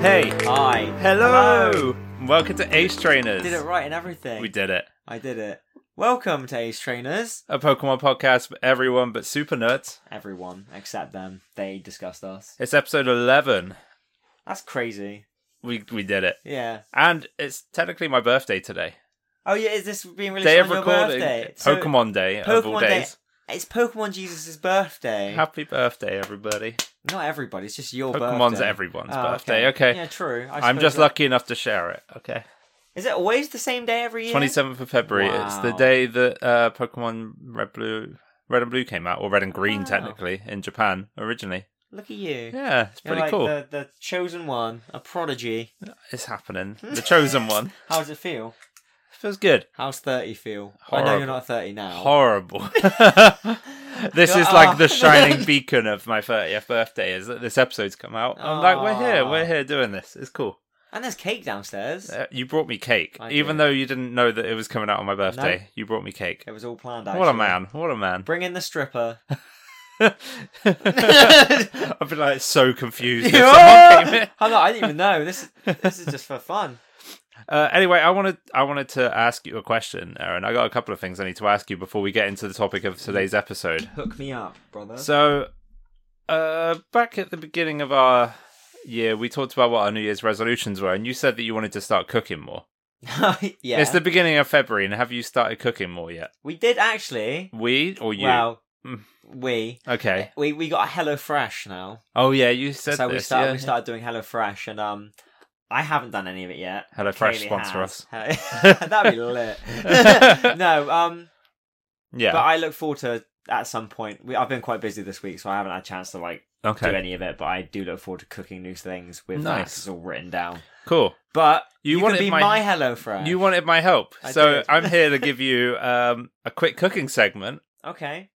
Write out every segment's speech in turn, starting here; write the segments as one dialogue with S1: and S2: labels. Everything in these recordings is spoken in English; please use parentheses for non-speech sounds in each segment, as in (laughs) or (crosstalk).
S1: Hey,
S2: Hi.
S1: hello.
S2: Hello.
S1: Welcome to Ace Trainers.
S2: Did it right and everything.
S1: We did it.
S2: I did it. Welcome to Ace Trainers.
S1: A Pokemon podcast for everyone but super nerds.
S2: Everyone except them. They discussed us.
S1: It's episode eleven.
S2: That's crazy.
S1: We we did it,
S2: Yeah.
S1: and it's technically my birthday today.
S2: Oh yeah. Is this being released
S1: Day
S2: on
S1: of
S2: your
S1: recording,
S2: birthday? So,
S1: Pokemon Day of all
S2: Pokemon Day.
S1: days.
S2: It's Pokemon Jesus' birthday.
S1: Happy birthday, everybody!
S2: Not everybody. It's just your
S1: Pokemon's
S2: birthday.
S1: everyone's
S2: Oh,
S1: birthday. Okay,
S2: Yeah, true. I
S1: I'm
S2: suppose
S1: just
S2: that-
S1: lucky enough to share it. Okay,
S2: Is it always the same day every year?
S1: twenty seventh of February. It's the
S2: Wow.
S1: day that uh, Pokemon Red Blue. Red and blue came out, or red and green,
S2: Wow.
S1: technically, in Japan originally.
S2: Look at you.
S1: Yeah, it's
S2: You're
S1: pretty
S2: like
S1: cool.
S2: The, the chosen one, a prodigy.
S1: It's happening. The
S2: (laughs)
S1: chosen one.
S2: How does it feel?
S1: Feels good.
S2: How's thirty feel? I know
S1: Horrible.
S2: you're not thirty now. (laughs)
S1: Horrible. this is like the shining beacon of my 30th birthday is that this episode's come out. I'm like, we're here, we're here doing this. It's cool.
S2: and there's cake downstairs.
S1: Uh, you brought me cake.
S2: I
S1: Even
S2: did.
S1: though you didn't know that it was coming out on my birthday,
S2: No.
S1: you brought me cake.
S2: It was all planned. Actually.
S1: What a man. What a
S2: (laughs)
S1: man. (laughs)
S2: Bring in the stripper.
S1: I've been like so confused. if
S2: (laughs)
S1: someone came in.
S2: I'm not, I didn't even know. This is, this is just for fun.
S1: Uh, anyway, I wanted I wanted to ask you a question, Aaron. I got a couple of things I need to ask you before we get into the topic of today's episode.
S2: Hook me up, brother.
S1: So, uh, back at the beginning of our year, we talked about what our New Year's resolutions were, and you said that you wanted to start cooking more.
S2: (laughs) yeah,
S1: It's the beginning of February, and have you started cooking more yet?
S2: we did actually.
S1: We or you?
S2: Well,
S1: Mm.
S2: we
S1: okay.
S2: we we got Hello Fresh now,
S1: Oh yeah, you said
S2: so
S1: this.
S2: we started
S1: yeah.
S2: we started doing Hello Fresh, and um, I haven't done any of it yet.
S1: Hello Fresh
S2: Kaylee
S1: sponsor
S2: has.
S1: us.
S2: (laughs)
S1: (laughs)
S2: That'd be lit. (laughs) no, um,
S1: Yeah.
S2: but I look forward to at some point. We, I've been quite busy this week, so I haven't had a chance to like do
S1: okay.
S2: any of it, but I do look forward to cooking new things with that.
S1: Nice.
S2: It's all written down.
S1: Cool.
S2: But
S1: You
S2: you,
S1: wanted
S2: can be
S1: my-
S2: my, hello friend.
S1: You wanted my help,
S2: I
S1: so
S2: did.
S1: I'm here to give you um, a quick cooking segment.
S2: okay?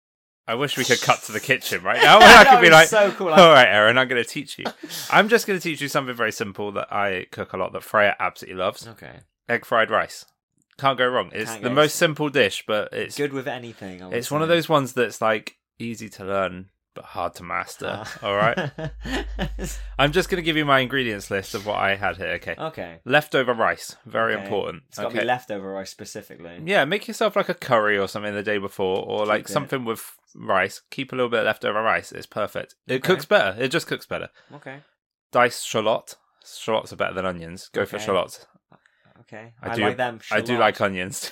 S1: I wish we could cut to the kitchen right
S2: (laughs)
S1: now. and Oh, I could be
S2: was
S1: like,
S2: so
S1: (laughs)
S2: cool.
S1: All right, Aaron, I'm going to teach you. I'm just going to teach you something very simple that I cook a lot that Freya absolutely loves
S2: okay,
S1: egg fried rice. Can't go wrong. It's
S2: Oh. Can't
S1: the
S2: go-
S1: most simple dish, but it's
S2: good with anything. I would
S1: it's one of
S2: say.
S1: those ones that's like easy to learn but hard to master.
S2: Ah.
S1: All right. I'm just going to give you my ingredients list of what I had here, okay?
S2: (laughs) okay,
S1: Leftover rice, very
S2: Oh. Okay.
S1: important.
S2: it's got to be leftover rice specifically.
S1: yeah, make yourself like a curry or something the day before or like
S2: Keep it.
S1: something with rice. Keep a little bit of leftover rice. It's perfect. It
S2: Okay.
S1: cooks better. It just cooks better.
S2: Okay,
S1: diced shallot. Shallots are better than onions. Go for
S2: Okay.
S1: shallots.
S2: okay.
S1: I
S2: I,
S1: do-
S2: like them.
S1: I do
S2: shallot.
S1: like uh, onions.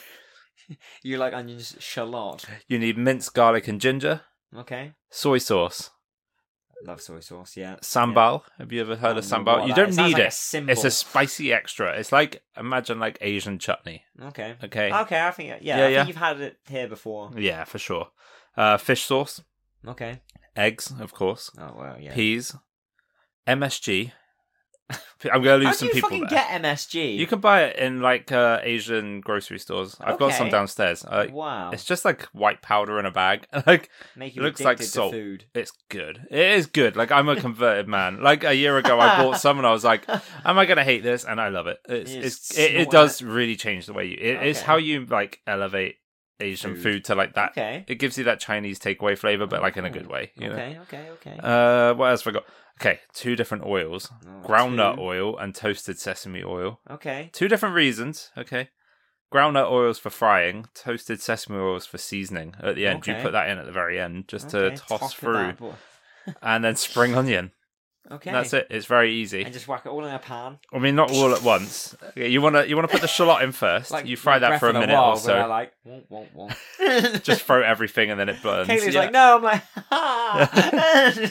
S1: (laughs)
S2: you like onions shallot.
S1: You need minced garlic and ginger,
S2: Okay,
S1: soy sauce,
S2: love soy sauce. Yeah,
S1: sambal. Have you ever heard of
S2: I don't know
S1: sambal?
S2: what
S1: You
S2: that
S1: don't
S2: is. Sounds
S1: need
S2: like a
S1: it.
S2: symbol.
S1: it's a spicy extra. It's like imagine like Asian chutney.
S2: okay.
S1: Okay.
S2: Okay, I think yeah,
S1: Yeah,
S2: I
S1: yeah.
S2: think you've had it here before.
S1: Yeah, for sure. Uh, fish sauce,
S2: Okay.
S1: eggs, of course,
S2: Oh well, yeah.
S1: peas, MSG. (laughs) I'm gonna lose
S2: How do
S1: some
S2: you
S1: people
S2: fucking
S1: there.
S2: get MSG?
S1: You can buy it in like uh, Asian grocery stores. I've got some
S2: Okay.
S1: downstairs. Uh,
S2: wow,
S1: It's just like white powder in a bag. (laughs) Like
S2: make you
S1: looks
S2: addicted
S1: like
S2: to
S1: salt.
S2: food.
S1: It's good. It is good. Like I'm a converted man. Like a year ago, I bought some and I was like, "Am I gonna hate this?" And I love it. It's,
S2: You
S1: it's
S2: just
S1: it, it
S2: snort
S1: does really change the way you. It, It's
S2: Okay.
S1: how you like elevate Asian food,
S2: Food.
S1: to like that.
S2: Okay.
S1: It gives you that Chinese takeaway flavor, but like in a good
S2: Oh,
S1: way. You
S2: okay, okay, okay.
S1: know. Uh, what else have I got? Okay, two different oils:
S2: Oh,
S1: groundnut
S2: two.
S1: oil and toasted sesame oil.
S2: Okay.
S1: Two different reasons. Okay. Groundnut oils for frying, toasted sesame oils for seasoning. At the end, you
S2: Okay.
S1: put that in at the very end just
S2: okay,
S1: to toss
S2: top of
S1: through,
S2: that boy.
S1: and then spring onion.
S2: Okay.
S1: That's it. It's very easy.
S2: And just whack it all in a pan.
S1: I mean, not all at once. Okay, you wanna you wanna put the shallot in first.
S2: Like
S1: you fry that
S2: Breath
S1: for a
S2: of the
S1: minute or
S2: Wild,
S1: so.
S2: where I like, womp, womp, (laughs)
S1: (laughs)
S2: womp.
S1: Just throw everything and then it burns.
S2: Kaylee's
S1: Yeah.
S2: like, no. I'm like,
S1: (laughs)
S2: ha.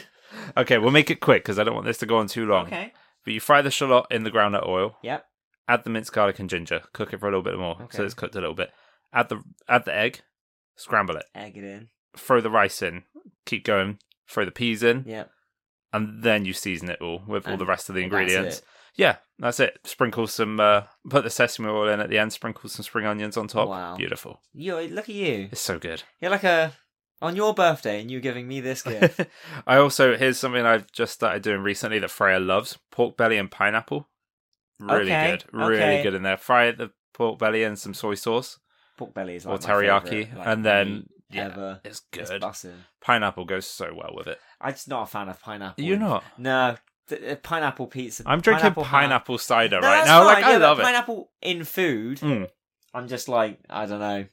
S1: okay, we'll make it quick because I don't want this to go on too long.
S2: okay.
S1: But you fry the shallot in the groundnut oil.
S2: Yep.
S1: Add the minced garlic and ginger. Cook it for a little bit more, so
S2: Okay.
S1: it's cooked a little bit. Add the add the egg. Scramble it.
S2: Egg it in.
S1: throw the rice in, keep going, throw the peas in,
S2: Yep.
S1: and then you season it all with all the
S2: And
S1: rest of the
S2: that's
S1: ingredients.
S2: it.
S1: yeah, that's it. Sprinkle some, uh, put the sesame oil in at the end, sprinkle some spring onions on top.
S2: Wow.
S1: Beautiful.
S2: You look at you.
S1: It's so good.
S2: You're like a on your birthday, and you're giving me this gift.
S1: (laughs) I also, here's something I've just started doing recently that Freya loves pork belly and pineapple. Really
S2: Okay,
S1: good. Really
S2: okay.
S1: good in there. Fry the pork belly and some soy sauce
S2: Pork belly is
S1: or
S2: like my
S1: teriyaki.
S2: favourite, like,
S1: and then,
S2: meat
S1: yeah,
S2: ever.
S1: it's
S2: It's
S1: good.
S2: bussin'.
S1: pineapple goes so well with it.
S2: I'm just not a fan of pineapple.
S1: You're not?
S2: No, the, uh, pineapple pizza.
S1: I'm drinking pineapple,
S2: pineapple
S1: cider
S2: No,
S1: right
S2: that's
S1: now. Like
S2: fine, yeah,
S1: I
S2: but
S1: love it.
S2: Pineapple in food.
S1: Mm.
S2: I'm just like I don't know.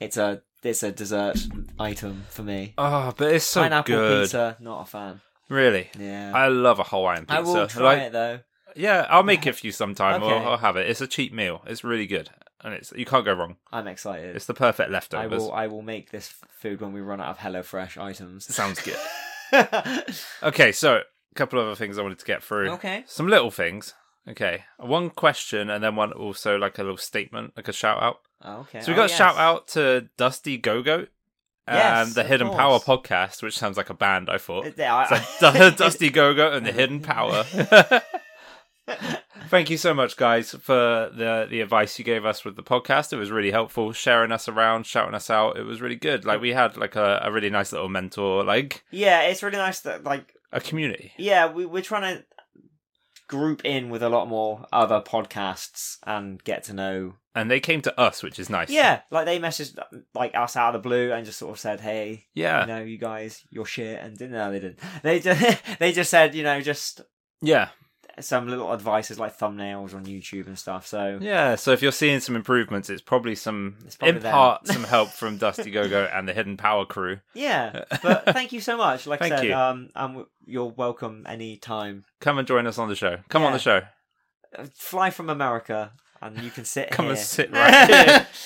S2: It's a it's a dessert item for me.
S1: Oh, but it's so
S2: pineapple
S1: good.
S2: pizza, not a fan.
S1: Really,
S2: Yeah,
S1: I love a Hawaiian pizza.
S2: I will try
S1: Like,
S2: it though.
S1: Yeah, I'll make it for you sometime, or
S2: Okay.
S1: I'll have it. It's a cheap meal. It's really good, and it's you can't go wrong.
S2: I'm excited.
S1: It's the perfect
S2: I
S1: leftovers.
S2: will I will make this f- food when we run out of HelloFresh items.
S1: Sounds good.
S2: (laughs)
S1: Okay, so a couple of other things I wanted to get through.
S2: okay.
S1: Some little things. Okay, one question and then one also like a little statement, like a shout out.
S2: Okay.
S1: So we
S2: Oh,
S1: got a
S2: yes.
S1: shout out to Dusty Gogo and
S2: Yes,
S1: the
S2: of
S1: Hidden Power
S2: course.
S1: podcast, which sounds like a band. I thought
S2: Uh, yeah, I-
S1: (laughs) it's like Du-
S2: (laughs)
S1: Dusty Gogo and the Hidden Power. Thank you so much, guys, for the the advice you gave us with the podcast. It was really helpful, sharing us around, shouting us out. It was really good. Like we had like a, a really nice little mentor, like
S2: yeah, it's really nice that like
S1: a community.
S2: yeah, we we're trying to group in with a lot more other podcasts and get to know.
S1: and they came to us, which is nice.
S2: Yeah, like they messaged like us out of the blue and just sort of said, "Hey, you
S1: yeah,
S2: know, you guys, you're shit," and didn't no, they didn't. (laughs) They just they just said, you know, just
S1: yeah,
S2: some little advices like thumbnails on YouTube and stuff. So
S1: yeah. So if you're seeing some improvements, it's probably some
S2: It's probably
S1: in
S2: them. (laughs)
S1: part some help from Dusty Gogo and the Hidden Power crew.
S2: yeah,
S1: (laughs)
S2: but thank you so much. Like
S1: Thank
S2: I said,
S1: you.
S2: um, um, you're welcome any time.
S1: Come and join us on the show. Come on
S2: Yeah.
S1: the show.
S2: Uh, Fly from America, and you can sit.
S1: Come
S2: here.
S1: and sit right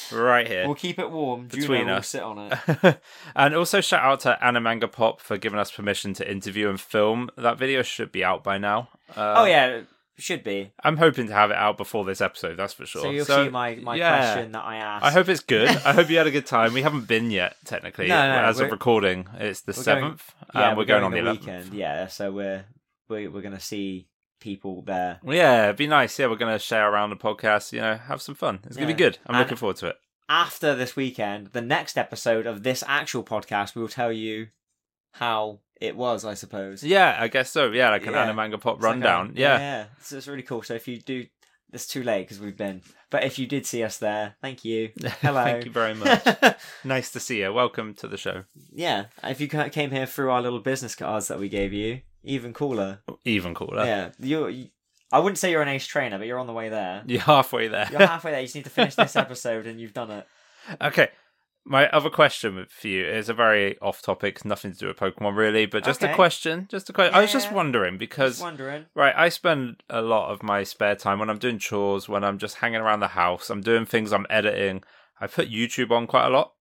S1: here, right here.
S2: (laughs) We'll keep it warm.
S1: Between
S2: Juno will
S1: us.
S2: sit on it.
S1: (laughs) and also shout out to Animanga Pop for giving us permission to interview and film. That video should be out by now. Uh,
S2: oh yeah, it should be.
S1: I'm hoping to have it out before this episode. That's for sure.
S2: So you'll see my, my
S1: yeah.
S2: question that I asked.
S1: I hope it's
S2: (laughs)
S1: good. I hope you had a good time. We haven't been yet, technically.
S2: No, no,
S1: as of
S2: we're-
S1: recording, it's the
S2: we're going-
S1: seventh, and
S2: yeah,
S1: we're, going, on the
S2: weekend.
S1: eleventh.
S2: Yeah, so we're we're, we're going to see people there.
S1: Yeah, it'd be nice. Yeah, we're going to share around the podcast. You know, have some fun. It's going to
S2: Yeah.
S1: be good. I'm
S2: And-
S1: looking forward to it.
S2: After this weekend, the next episode of this actual podcast, we will tell you how it was. I suppose.
S1: Yeah, I guess so. Yeah, like an
S2: Yeah.
S1: Animanga Pop
S2: It's like a-
S1: rundown. yeah.
S2: yeah. So it's really cool. So if you do, it's too late because we've been. But if you did see us there, thank you. Hello.
S1: (laughs) Thank you very much.
S2: (laughs)
S1: nice to see you. Welcome to the show.
S2: yeah, if you ca- came here through our little business cards that we gave you, even cooler.
S1: Even cooler.
S2: Yeah, you're. You, I wouldn't say you're an ace trainer, but you're on the
S1: (laughs)
S2: way there.
S1: You're halfway there.
S2: You're halfway there. You just need to finish this episode, and you've done it.
S1: Okay. My other question for you is a very off topic, nothing to do with Pokemon really, but just a
S2: Okay.
S1: question. Just a question. I was just
S2: Yeah.
S1: wondering because
S2: Just wondering.
S1: Right, I spend a lot of my spare time when I'm doing chores, when I'm just hanging around the house, I'm doing things, I'm editing. I put YouTube on quite a lot.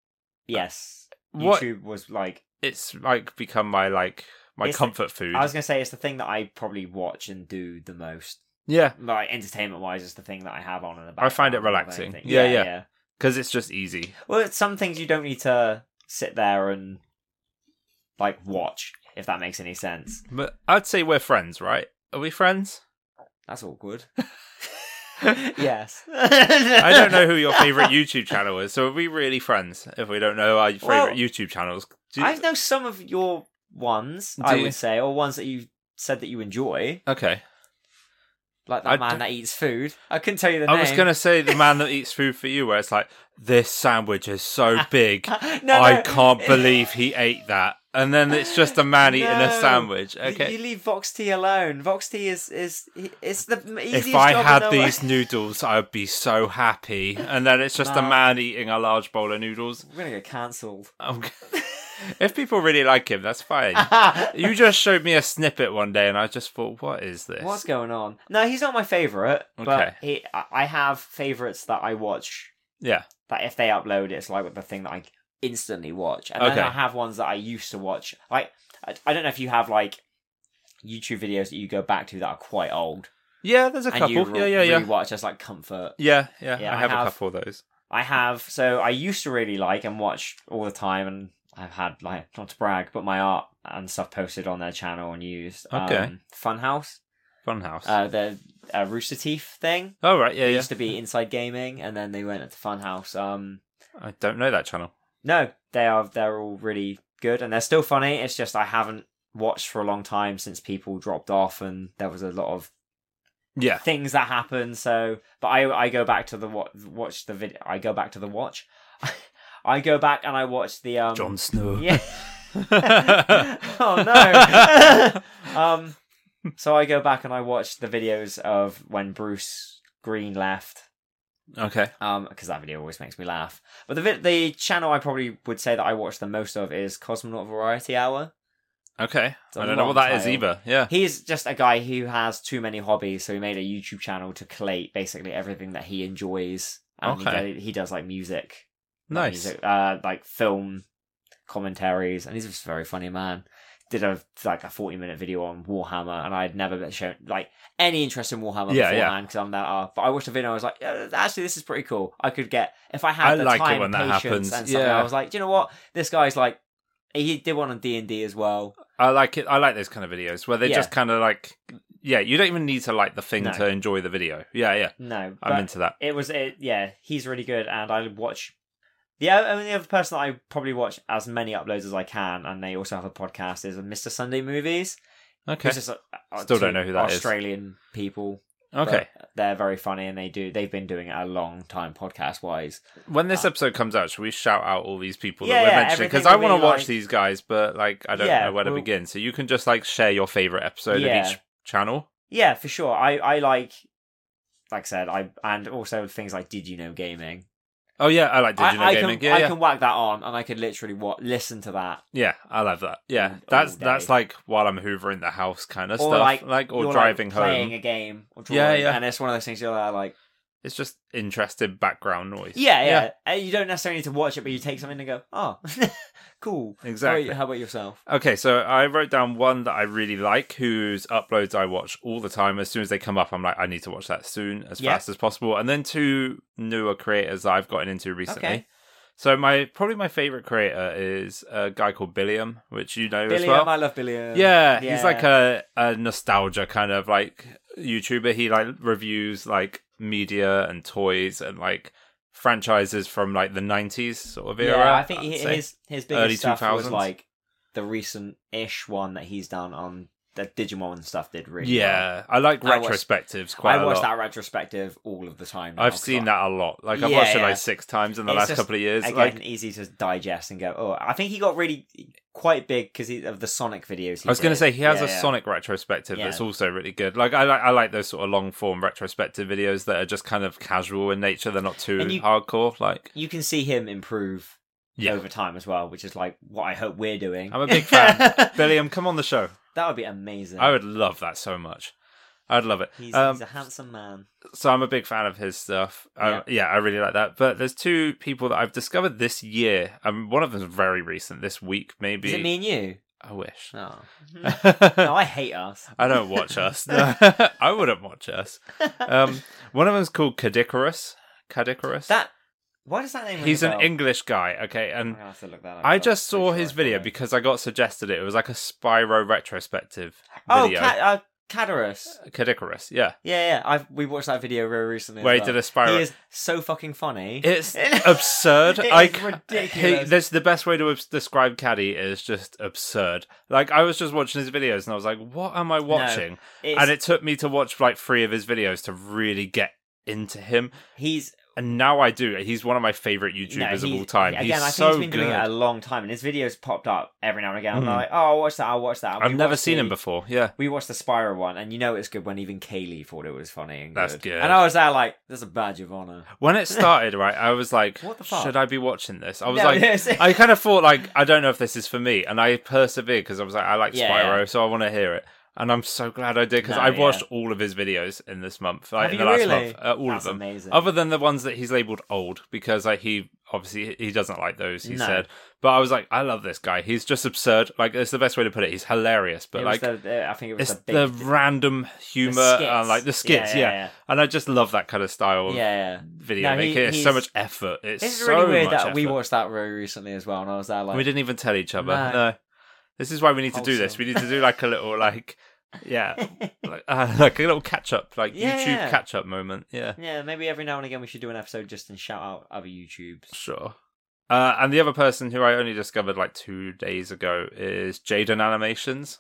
S2: Yes,
S1: What
S2: YouTube was like.
S1: it's like become my like my
S2: It's-
S1: comfort food.
S2: I was gonna say it's the thing that I probably watch and do the most.
S1: Yeah,
S2: Like entertainment wise, it's the thing that I have on in the background.
S1: I find it
S2: more than
S1: relaxing.
S2: anything.
S1: Yeah, yeah. because it's just easy.
S2: Well, it's some things you don't need to sit there and like watch if that makes any sense.
S1: But I'd say we're friends, right? Are we
S2: (laughs)
S1: friends? (laughs)
S2: That's awkward.
S1: I
S2: yes.
S1: don't know who your favorite YouTube channel is, so are we really friends if we don't know our favorite
S2: Well,
S1: YouTube channels? Do you-
S2: I know some of your ones.
S1: Do
S2: I
S1: you?
S2: would say, or ones that you said that you enjoy,
S1: Okay.
S2: like that
S1: I
S2: man
S1: don't-
S2: that eats food. I couldn't tell you the
S1: I
S2: name.
S1: was going to say the man that eats food for you, where it's like, this sandwich is
S2: (laughs)
S1: so big.
S2: no,
S1: I
S2: no.
S1: can't
S2: (laughs)
S1: believe he ate that. And then it's just a man eating a
S2: No.
S1: sandwich.
S2: You-
S1: Okay.
S2: You, leave Vox T alone. Vox T is is he- it's the m- easiest
S1: if I
S2: job
S1: had
S2: in the
S1: these noodles, I'd be so happy. And then it's just a
S2: No.
S1: man eating a large bowl of noodles.
S2: world. (laughs) we're gonna
S1: (laughs)
S2: get cancelled.
S1: I'm
S2: (laughs)
S1: g- if people really like him, that's fine. you just showed me a snippet one day, and I just thought, what is this?
S2: What's going on? No, he's not my favorite, but
S1: Okay.
S2: he, I- I have favorites that I watch.
S1: Yeah.
S2: That if they upload, it's like the thing that I instantly watch, and
S1: Okay.
S2: then I have ones that I used to watch. Like I, I don't know if you have like YouTube videos that you go back to that are quite old,
S1: Yeah, there's a
S2: and you
S1: couple.
S2: re-
S1: yeah, yeah, yeah.
S2: rewatch as like comfort.
S1: yeah, yeah,
S2: Yeah,
S1: I
S2: I
S1: have, a
S2: have-
S1: couple of those.
S2: I have. So I used to really like and watch all the time, and I've had like not to brag, but my art and stuff posted on their channel and used.
S1: Okay.
S2: Um, Funhouse,
S1: Funhouse.
S2: uh, the uh, Rooster Teeth thing.
S1: oh right, yeah,
S2: It
S1: yeah.
S2: used to be Inside Gaming, and then they went into Funhouse. Um,
S1: I don't know that channel.
S2: no, they are they're all really good, and they're still funny. It's just I haven't watched for a long time since people dropped off, and there was a lot of
S1: Yeah,
S2: things that happen. So, but I I go back to the wa- watch the video. I go back to the watch. (laughs) I go back and I watch the
S1: (laughs)
S2: um. (laughs)
S1: Jon Snow. (laughs)
S2: Yeah. oh no. um, so I go back and I watch the videos of when Bruce Green left
S1: (laughs) Okay.
S2: um because that video always makes me laugh but the vid- the channel i probably would say that i watch the most of is cosmonaut variety hour
S1: Okay.
S2: It's a
S1: I don't know
S2: long
S1: what that is
S2: title.
S1: either. Yeah.
S2: he's just a guy who has too many hobbies so he made a youtube channel to collate basically everything that he enjoys and
S1: Okay.
S2: he, does, he does like music like
S1: Nice.
S2: music, uh like film commentaries and he's just a very funny man did a like a 40 minute video on warhammer and i'd never been shown like any interest in warhammer
S1: Yeah, yeah.
S2: beforehand because i'm that uh, but i watched the video and i was like "Yeah, actually this is pretty cool i could get if i had
S1: I
S2: the
S1: like it
S2: time
S1: when that
S2: patience
S1: happens,
S2: and something
S1: yeah.
S2: i was like do you know what this guy's like he did one on d&d as well
S1: I like it. I like those kind of videos where they
S2: Yeah.
S1: just kind of like, yeah, you don't even need to like the thing
S2: No.
S1: to enjoy the video. Yeah, yeah.
S2: no
S1: I'm
S2: but-
S1: into that.
S2: it was it, yeah he's really good and i watch the o- only other person that i probably watch as many uploads as i can and they also have a podcast is mr sunday movies
S1: Okay.
S2: who's just a, a-
S1: Still
S2: two
S1: don't know who that is.
S2: australian people but
S1: Okay.
S2: they're very funny and they do they've been doing it a long time podcast wise
S1: When this episode comes out, should we shout out all these people
S2: uh, Yeah,
S1: that we're
S2: yeah,
S1: mentioning? Because
S2: everything
S1: I
S2: that
S1: want
S2: we
S1: to watch
S2: like.
S1: these guys, but like I don't
S2: Yeah,
S1: know where to
S2: we'll-
S1: begin. So you can just like share your favorite episode
S2: Yeah.
S1: of each channel.
S2: yeah for sure i i like like i said i and also things like did you know gaming
S1: Oh yeah, I like Did You Know
S2: I, I
S1: Gaming.
S2: can
S1: yeah,
S2: i
S1: yeah.
S2: can whack that on and i could literally what listen to that
S1: yeah, I love that.
S2: All-
S1: Yeah,
S2: all
S1: that's
S2: day.
S1: that's like while I'm hoovering the house kind of
S2: Or,
S1: stuff,
S2: like,
S1: like, or
S2: You're, like,
S1: driving
S2: playing
S1: home.
S2: a game or drawing,
S1: Yeah, yeah.
S2: and it's one of those things you're like, like
S1: It's just interesting background noise.
S2: Yeah, yeah.
S1: Yeah.
S2: And you don't necessarily need to watch it, but you take something and go, oh, (laughs) cool. How about,
S1: exactly.
S2: you- how about yourself?
S1: Okay, so I wrote down one that I really like, whose uploads I watch all the time. As soon as they come up, I'm like, I need to watch that soon, as
S2: Yeah.
S1: fast as possible. And then two newer creators that I've gotten into recently.
S2: Okay.
S1: So my probably my favorite creator is a guy called Billiam, which you know as
S2: Billiam,
S1: well.
S2: I love uh, Billiam.
S1: yeah, he's like
S2: Yeah.
S1: a, a nostalgia kind of like YouTuber. He like reviews like media and toys and like franchises from like the 90s sort of era.
S2: Yeah, I think
S1: I'd
S2: he-
S1: say.
S2: his his biggest
S1: Early
S2: stuff was
S1: 2000s.
S2: like the recent ish one that he's done on the Digimon and stuff. Did really? well.
S1: yeah, I like
S2: I watched-
S1: retrospectives quite
S2: I
S1: a
S2: watch
S1: lot.
S2: that retrospective all of the time. now,
S1: I've
S2: 'cause
S1: seen
S2: I-
S1: that a lot. Like I've
S2: Yeah,
S1: watched it
S2: yeah.
S1: like six times in the
S2: It's
S1: last
S2: just,
S1: couple of years.
S2: Again,
S1: like
S2: easy to digest and go. Oh, I think he got really quite big because of the Sonic videos. He
S1: I was going to
S2: did.
S1: say, he has a
S2: Yeah, yeah.
S1: Sonic retrospective
S2: Yeah.
S1: that's also really good. Like I like I like those sort of long form retrospective videos that are just kind of casual in nature. They're not too
S2: And you-
S1: hardcore. Like
S2: You can see him improve
S1: Yeah.
S2: over time as well, which is like what I hope we're doing.
S1: I'm a big
S2: (laughs)
S1: fan. (laughs) Billiam, come on the show.
S2: That would be amazing.
S1: I would love that so much. I'd love it.
S2: He's,
S1: um,
S2: he's a handsome man.
S1: so I'm a big fan of his stuff. Um, yeah. I really like that. But there's two people that I've discovered this year. Um, one of them's very recent, this week maybe.
S2: Is it me
S1: (laughs)
S2: and you?
S1: I wish.
S2: No. no, I hate us.
S1: I don't watch
S2: (laughs)
S1: us. No. I wouldn't watch us. Um, one of them's called Cadicarus. Cadicarus.
S2: That. Why does that name? ring
S1: He's
S2: a
S1: an
S2: bell?
S1: English guy. Okay,
S2: I'm
S1: and
S2: gonna have to look that up.
S1: I
S2: I'm
S1: just
S2: pretty
S1: saw
S2: sure
S1: his
S2: I
S1: video
S2: follow.
S1: because I got suggested it. It was like a Spyro retrospective
S2: Oh,
S1: video.
S2: Ca- uh, Cadarus.
S1: Cadicarus, yeah,
S2: Yeah, yeah. I've we watched that video very recently. as
S1: where he
S2: well.
S1: did a Spyro.
S2: He is so fucking funny. (laughs)
S1: It's absurd.
S2: It
S1: I
S2: is
S1: c-
S2: ridiculous.
S1: He, that's the best way to abs- describe Caddy is just absurd. Like I was just watching his videos and I was like, "What am I watching?"
S2: It's-
S1: and it took me to watch like three of his videos to really get into him.
S2: he's
S1: And now I do. He's one of my favorite YouTubers
S2: no,
S1: of
S2: he-
S1: all time.
S2: Again,
S1: he's
S2: I think
S1: so
S2: he's been
S1: good.
S2: doing it a long time, and his videos popped up every now and again. I'm
S1: Mm.
S2: like, oh, I'll watch that. I'll watch that.
S1: I've
S2: We
S1: never
S2: watched
S1: seen him
S2: the-
S1: before. Yeah.
S2: We watched the Spyro one, and you know it's good when even Kaylee thought it was funny and good.
S1: That's good.
S2: And I was there like, "That's a badge of honor."
S1: When
S2: (laughs)
S1: it started, right, I was like,
S2: What the fuck?
S1: should I be watching this? I was
S2: (laughs) No,
S1: like,
S2: yes.
S1: I kind of thought like I don't know if this is for me, and I persevered because I was like I like
S2: Yeah,
S1: Spyro, so I want to hear it, and I'm so glad I did because
S2: No,
S1: I've watched all of his videos in this month, like
S2: Have
S1: in the
S2: you
S1: last
S2: really?
S1: month, uh, all
S2: That's
S1: of them,
S2: Amazing.
S1: other than the ones that he's labeled old because like he obviously he doesn't like those. He
S2: No.
S1: said, but I was like I love this guy. He's just absurd. Like it's the best way to put it. He's hilarious, but
S2: It was
S1: like.
S2: the- uh, I think it was
S1: It's
S2: the, big,
S1: the random humor, and
S2: skits.
S1: like the skits, yeah,
S2: Yeah, yeah, yeah.
S1: and I just love that kind of style
S2: yeah.
S1: of
S2: yeah.
S1: video
S2: No, he-
S1: making. it's so
S2: he's-
S1: much effort. It's,
S2: It's
S1: so
S2: really weird
S1: much
S2: that
S1: effort.
S2: we watched that very recently as well, and I was there like,
S1: We didn't even tell each other.
S2: No.
S1: No. This is why we need to do this.
S2: Wholesome.
S1: We need to do like a little
S2: (laughs)
S1: like yeah, like, uh, (laughs) like a little catch up, like
S2: Yeah.
S1: YouTube catch up moment. Yeah,
S2: (laughs) yeah, maybe every now and again we should do an episode just and shout out other YouTubes. (laughs)
S1: sure. Uh, and the other person who I only discovered like two days ago is Jaden Animations.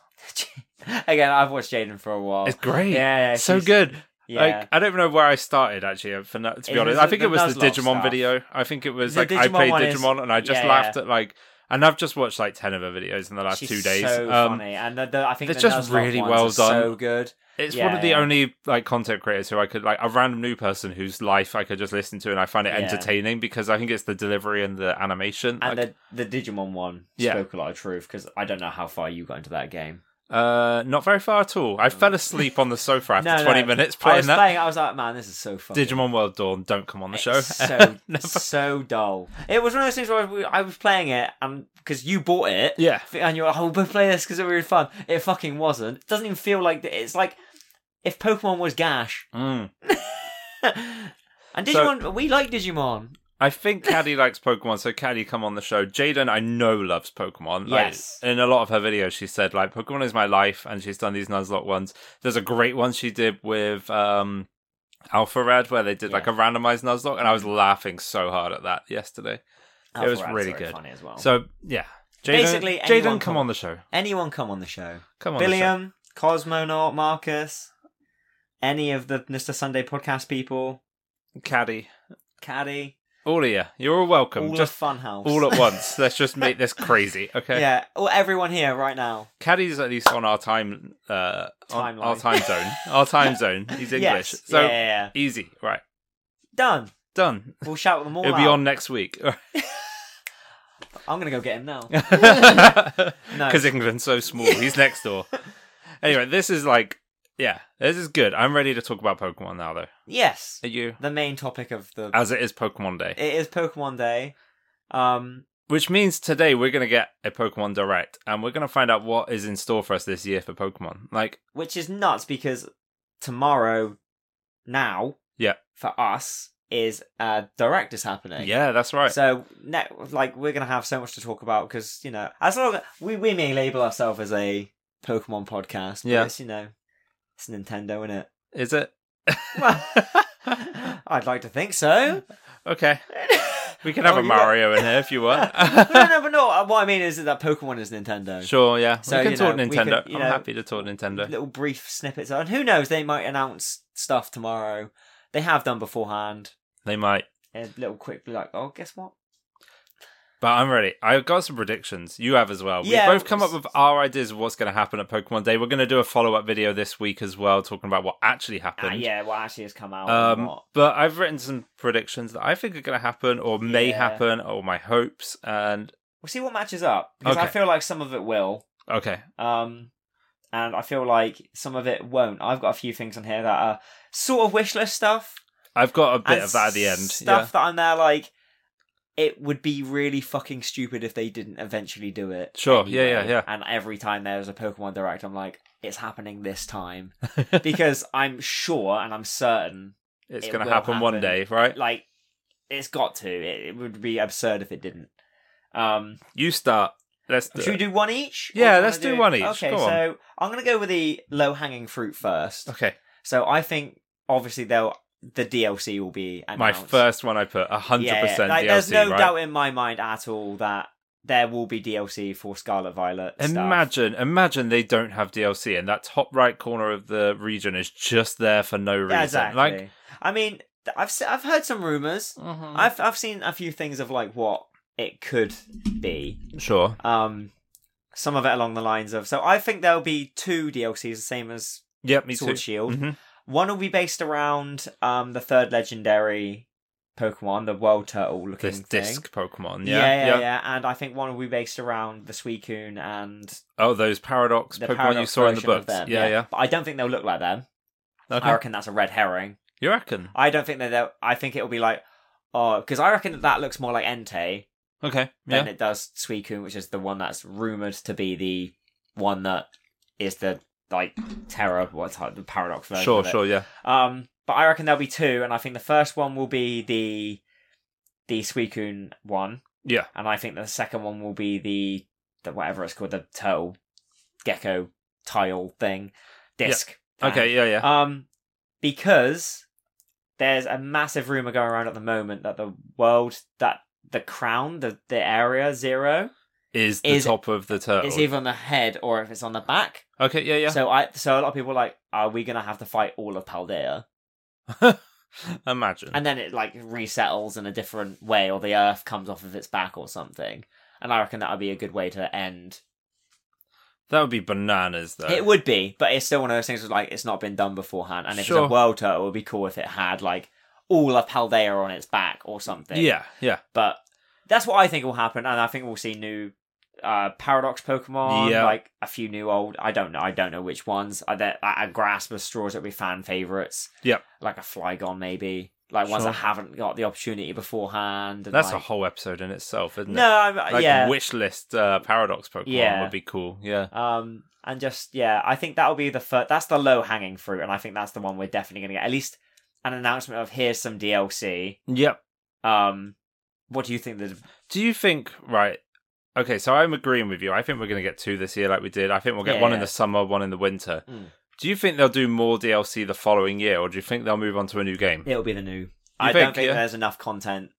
S2: again, I've watched Jaden for a while.
S1: It's great.
S2: Yeah, yeah,
S1: It's so
S2: she's-
S1: good.
S2: Yeah,
S1: Like I don't even know where I started actually. uh, For no- to be
S2: It was
S1: honest, I
S2: the-
S1: think
S2: the
S1: it was the
S2: Nuzlocke
S1: Digimon
S2: stuff.
S1: video. I think it was
S2: The
S1: like I
S2: Digimon
S1: played
S2: one is-
S1: Digimon and I just
S2: yeah,
S1: laughed at like And I've just watched like ten of her videos in the last
S2: She's
S1: two days.
S2: So
S1: um,
S2: funny, and the, the, I think
S1: they're
S2: the
S1: just
S2: Nuzlocke
S1: really
S2: ones
S1: well
S2: are So
S1: done.
S2: good.
S1: it's
S2: Yeah,
S1: one of the
S2: yeah.
S1: only like content creators who I could like a random new person whose life I could just listen to and I find it
S2: Yeah.
S1: entertaining because I think it's the delivery and the animation.
S2: And
S1: like,
S2: the the Digimon one
S1: Yeah.
S2: spoke a lot of truth because I don't know how far you got into that game.
S1: uh, not very far at all. I fell asleep on the
S2: (laughs)
S1: sofa after
S2: Mm. No, no.
S1: twenty minutes
S2: I
S1: playing
S2: was
S1: that.
S2: playing. I was like, man, this is so fun.
S1: Digimon World Dawn, don't come on the
S2: It's
S1: show.
S2: so
S1: Never.
S2: so dull. It was one of those things where I was, I was playing it, and because you bought it,
S1: (laughs) yeah,
S2: and you're like, oh, we'll play this because it was really fun. It fucking wasn't. It doesn't even feel like th- it's like if Pokemon was Gash.
S1: Mm.
S2: and
S1: So-
S2: Digimon, we like Digimon.
S1: I think
S2: (laughs)
S1: Caddy likes Pokemon, so Caddy, come on the show. Jaden, I know, loves Pokemon. Like,
S2: Yes.
S1: In a lot of her videos, she said, like, Pokemon is my life, and she's done these Nuzlocke ones. There's a great one she did with um, Alpha Red, where they did, like, a
S2: Yeah. Mm.
S1: randomized Nuzlocke, and I was laughing so hard at that yesterday. It was
S2: Alpharad's
S1: really
S2: very
S1: good.
S2: funny as well. So
S1: So, yeah. Jaden,
S2: Oh. Basically,
S1: Jaden,
S2: anyone
S1: come,
S2: can-
S1: on the show.
S2: anyone come on the show?
S1: Come on the show.
S2: Billiam, Cosmonaut, Marcus, any of the Mr. Sunday podcast people,
S1: Caddy,
S2: Caddy,
S1: all of you. You're all welcome.
S2: all
S1: just
S2: of Funhouse,
S1: all at once. Let's just make
S2: (laughs)
S1: this crazy, okay?
S2: yeah, all everyone here right now.
S1: Caddy's at least on our time, uh, on our
S2: Timeline.
S1: time zone. Our time
S2: (laughs)
S1: zone. He's English,
S2: Yes.
S1: so
S2: yeah, yeah, yeah.
S1: easy. Right,
S2: done.
S1: done.
S2: We'll shout them all
S1: It'll
S2: out.
S1: be on next week (laughs)
S2: I'm gonna go get him now. No.
S1: because England's so small. He's next door.
S2: (laughs)
S1: Anyway, this is like, yeah, this is good. I'm ready to talk about Pokemon now, though.
S2: yes,
S1: Are you?
S2: the main topic of the
S1: As it is Pokemon Day,
S2: it is Pokemon Day. Um,
S1: which means today we're gonna get a Pokemon Direct, and we're gonna find out what is in store for us this year for Pokemon. Like,
S2: which is nuts because tomorrow, now,
S1: Yeah.
S2: for us is uh direct is happening.
S1: yeah, that's right.
S2: So, ne- like, we're gonna have so much to talk about because you know, as long as we we may label ourselves as a Pokemon podcast, but
S1: Yeah.
S2: it's, you know, it's Nintendo, isn't it?
S1: is it?
S2: (laughs) I'd like to think so. (laughs)
S1: okay, we can have
S2: Oh,
S1: a
S2: you got-
S1: Mario in here if you
S2: (laughs)
S1: want. (laughs)
S2: but no, no, but no. uh, What I mean is that Pokemon is Nintendo.
S1: Sure, yeah.
S2: So,
S1: we can
S2: you
S1: talk
S2: know, we
S1: Nintendo.
S2: could, you
S1: I'm
S2: know,
S1: happy to talk Nintendo.
S2: Little brief snippets, and who knows? They might announce stuff tomorrow. They have done beforehand.
S1: They might.
S2: A little quick, like, oh, guess what?
S1: But I'm ready. I've got some predictions. You have as well.
S2: Yeah,
S1: We've both come up
S2: it's-
S1: with our ideas of what's going to happen at Pokemon Day. We're going to do a follow up video this week as well, talking about what actually happened.
S2: Ah, yeah, what actually has come out? and
S1: Um,
S2: what.
S1: but I've written some predictions that I think are going to happen or may
S2: Yeah.
S1: happen or my hopes. And
S2: We'll see what matches up because I
S1: Okay.
S2: feel like some of it will,
S1: okay,
S2: um, and I feel like some of it won't. I've got a few things on here that are sort of wish list stuff,
S1: I've got a bit
S2: and
S1: of that at the end.
S2: Stuff that I'm there like, it would be really fucking stupid if they didn't eventually do it.
S1: Sure, Oh, yeah,
S2: anyway.
S1: yeah, yeah.
S2: And every time there's a Pokemon Direct, I'm like, it's happening
S1: (laughs)
S2: this time
S1: yeah.
S2: because I'm sure and I'm certain,
S1: it's
S2: it
S1: going to
S2: will
S1: happen, one
S2: happen.
S1: day, right?
S2: like, it's got to. It, it would be absurd if it didn't. Um,
S1: You start. Let's do
S2: should we
S1: it.
S2: do one each? Or
S1: Yeah,
S2: do you
S1: let's
S2: wanna
S1: do one each.
S2: Okay,
S1: Go on.
S2: so I'm gonna go with the low hanging fruit first.
S1: Okay.
S2: So I think obviously they'll the DLC will be announced.
S1: My first one I put 100%
S2: like,
S1: DLC,
S2: There's no
S1: right?
S2: doubt in my mind at all that there will be DLC for Scarlet Violet. stuff.
S1: Imagine, imagine they don't have DLC, and that top right corner of the region is just there for no reason.
S2: yeah, exactly.
S1: Like,
S2: I mean, th- I've se- I've heard some rumors.
S1: Mm.
S2: I've I've seen a few things of like what it could be.
S1: sure,
S2: Um, some of it along the lines of so I think there'll be two DLCs, the same as
S1: yep, me
S2: Sword
S1: too.
S2: Shield.
S1: Mhm.
S2: One will be based around um the third legendary Pokemon, the World Turtle looking
S1: This
S2: thing.
S1: disc Pokemon,
S2: Yeah
S1: yeah,
S2: yeah, yeah, And I think one will be based around the Suicune and
S1: Oh, those paradox
S2: the
S1: Pokemon you
S2: Paradox
S1: saw in the
S2: version of
S1: books.
S2: them,
S1: yeah, yeah.
S2: But I don't think they'll look like them.
S1: Okay,
S2: I reckon that's a red herring.
S1: you reckon?
S2: I don't think that they'll. I think it'll be like, oh, because I reckon that, that looks more like Entei
S1: Okay,
S2: than
S1: yeah.
S2: it does Suicune, which is the one that's rumored to be the one that is the like terror, what's type the paradox version.
S1: Sure,
S2: of it.
S1: sure, yeah.
S2: Um, but I reckon there'll be two, and I think the first one will be the the Suicune one,
S1: Yeah,
S2: and I think the second one will be the the whatever it's called, the turtle gecko tile thing disc. thing.
S1: okay, yeah, yeah.
S2: Um, because there's a massive rumor going around at the moment that the world that the crown, the the area zero,
S1: is the
S2: is-
S1: top of the turtle.
S2: is either on the head or if it's on the back.
S1: Okay, yeah, yeah.
S2: So I so a lot of people are like, are we gonna have to fight all of Paldea?
S1: Imagine. Hmm.
S2: and then it like resettles in a different way or the earth comes off of its back or something and I reckon that would be a good way to end.
S1: That would be bananas, though.
S2: It would be, but it's still one of those things where like it's not been done beforehand. And if
S1: Sure.
S2: it's a world turtle, it would be cool if it had like all of Paldea on its back or something.
S1: Yeah, yeah.
S2: But that's what I think will happen, and I think we'll see new uh paradox Pokemon,
S1: Yeah.
S2: like a few new old. I don't know. I don't know which ones. I bet a a grasp of straws that will be fan favorites.
S1: Yep.
S2: Like a Flygon, maybe. Like ones
S1: Sure.
S2: that haven't got the opportunity beforehand. And
S1: That's a
S2: like,
S1: whole episode in itself, isn't
S2: no.
S1: it?
S2: I'm,
S1: Like
S2: yeah.
S1: wish list uh, paradox Pokemon
S2: Yeah.
S1: would be cool. Yeah.
S2: Um, and just yeah, I think that'll be the first. That's the low hanging fruit, and I think that's the one we're definitely going to get at least an announcement of here's some DLC.
S1: Yep.
S2: Um, what do you think? The
S1: Do you think right? Okay, so I'm agreeing with you. I think we're going to get two this year, like we did. I think we'll get
S2: Yeah,
S1: one in
S2: yeah.
S1: the summer, one in the winter.
S2: Mm.
S1: Do you think they'll do more DLC the following year, or do you think they'll move on to a new game?
S2: it'll be the new. I
S1: think,
S2: don't think
S1: yeah?
S2: there's enough content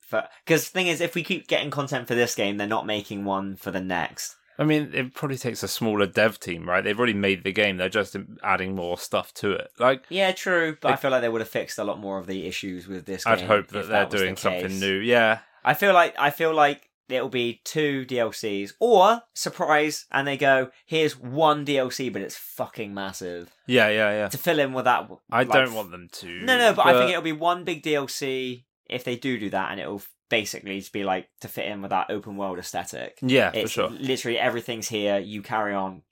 S2: for because the thing is, if we keep getting content for this game, they're not making one for the next.
S1: I mean, it probably takes a smaller dev team, right? They've already made the game; they're just adding more stuff to it. Like,
S2: Yeah, true, but I
S1: It-
S2: feel like they would have fixed a lot more of the issues with this.
S1: I'd
S2: game
S1: hope
S2: if
S1: that they're
S2: was the
S1: doing something
S2: case.
S1: new. Yeah,
S2: I feel like I feel like it'll be two DLCs or surprise, and they go, "Here's one DLC, but it's fucking massive
S1: yeah, yeah, yeah.
S2: to fill in with that."
S1: I
S2: like,
S1: don't want them to.
S2: No, no, but, I think it'll be one big DLC if they do do that, and it'll basically just be like to fit in with that open world aesthetic.
S1: Yeah, for
S2: it's
S1: sure.
S2: literally everything's here. You carry on.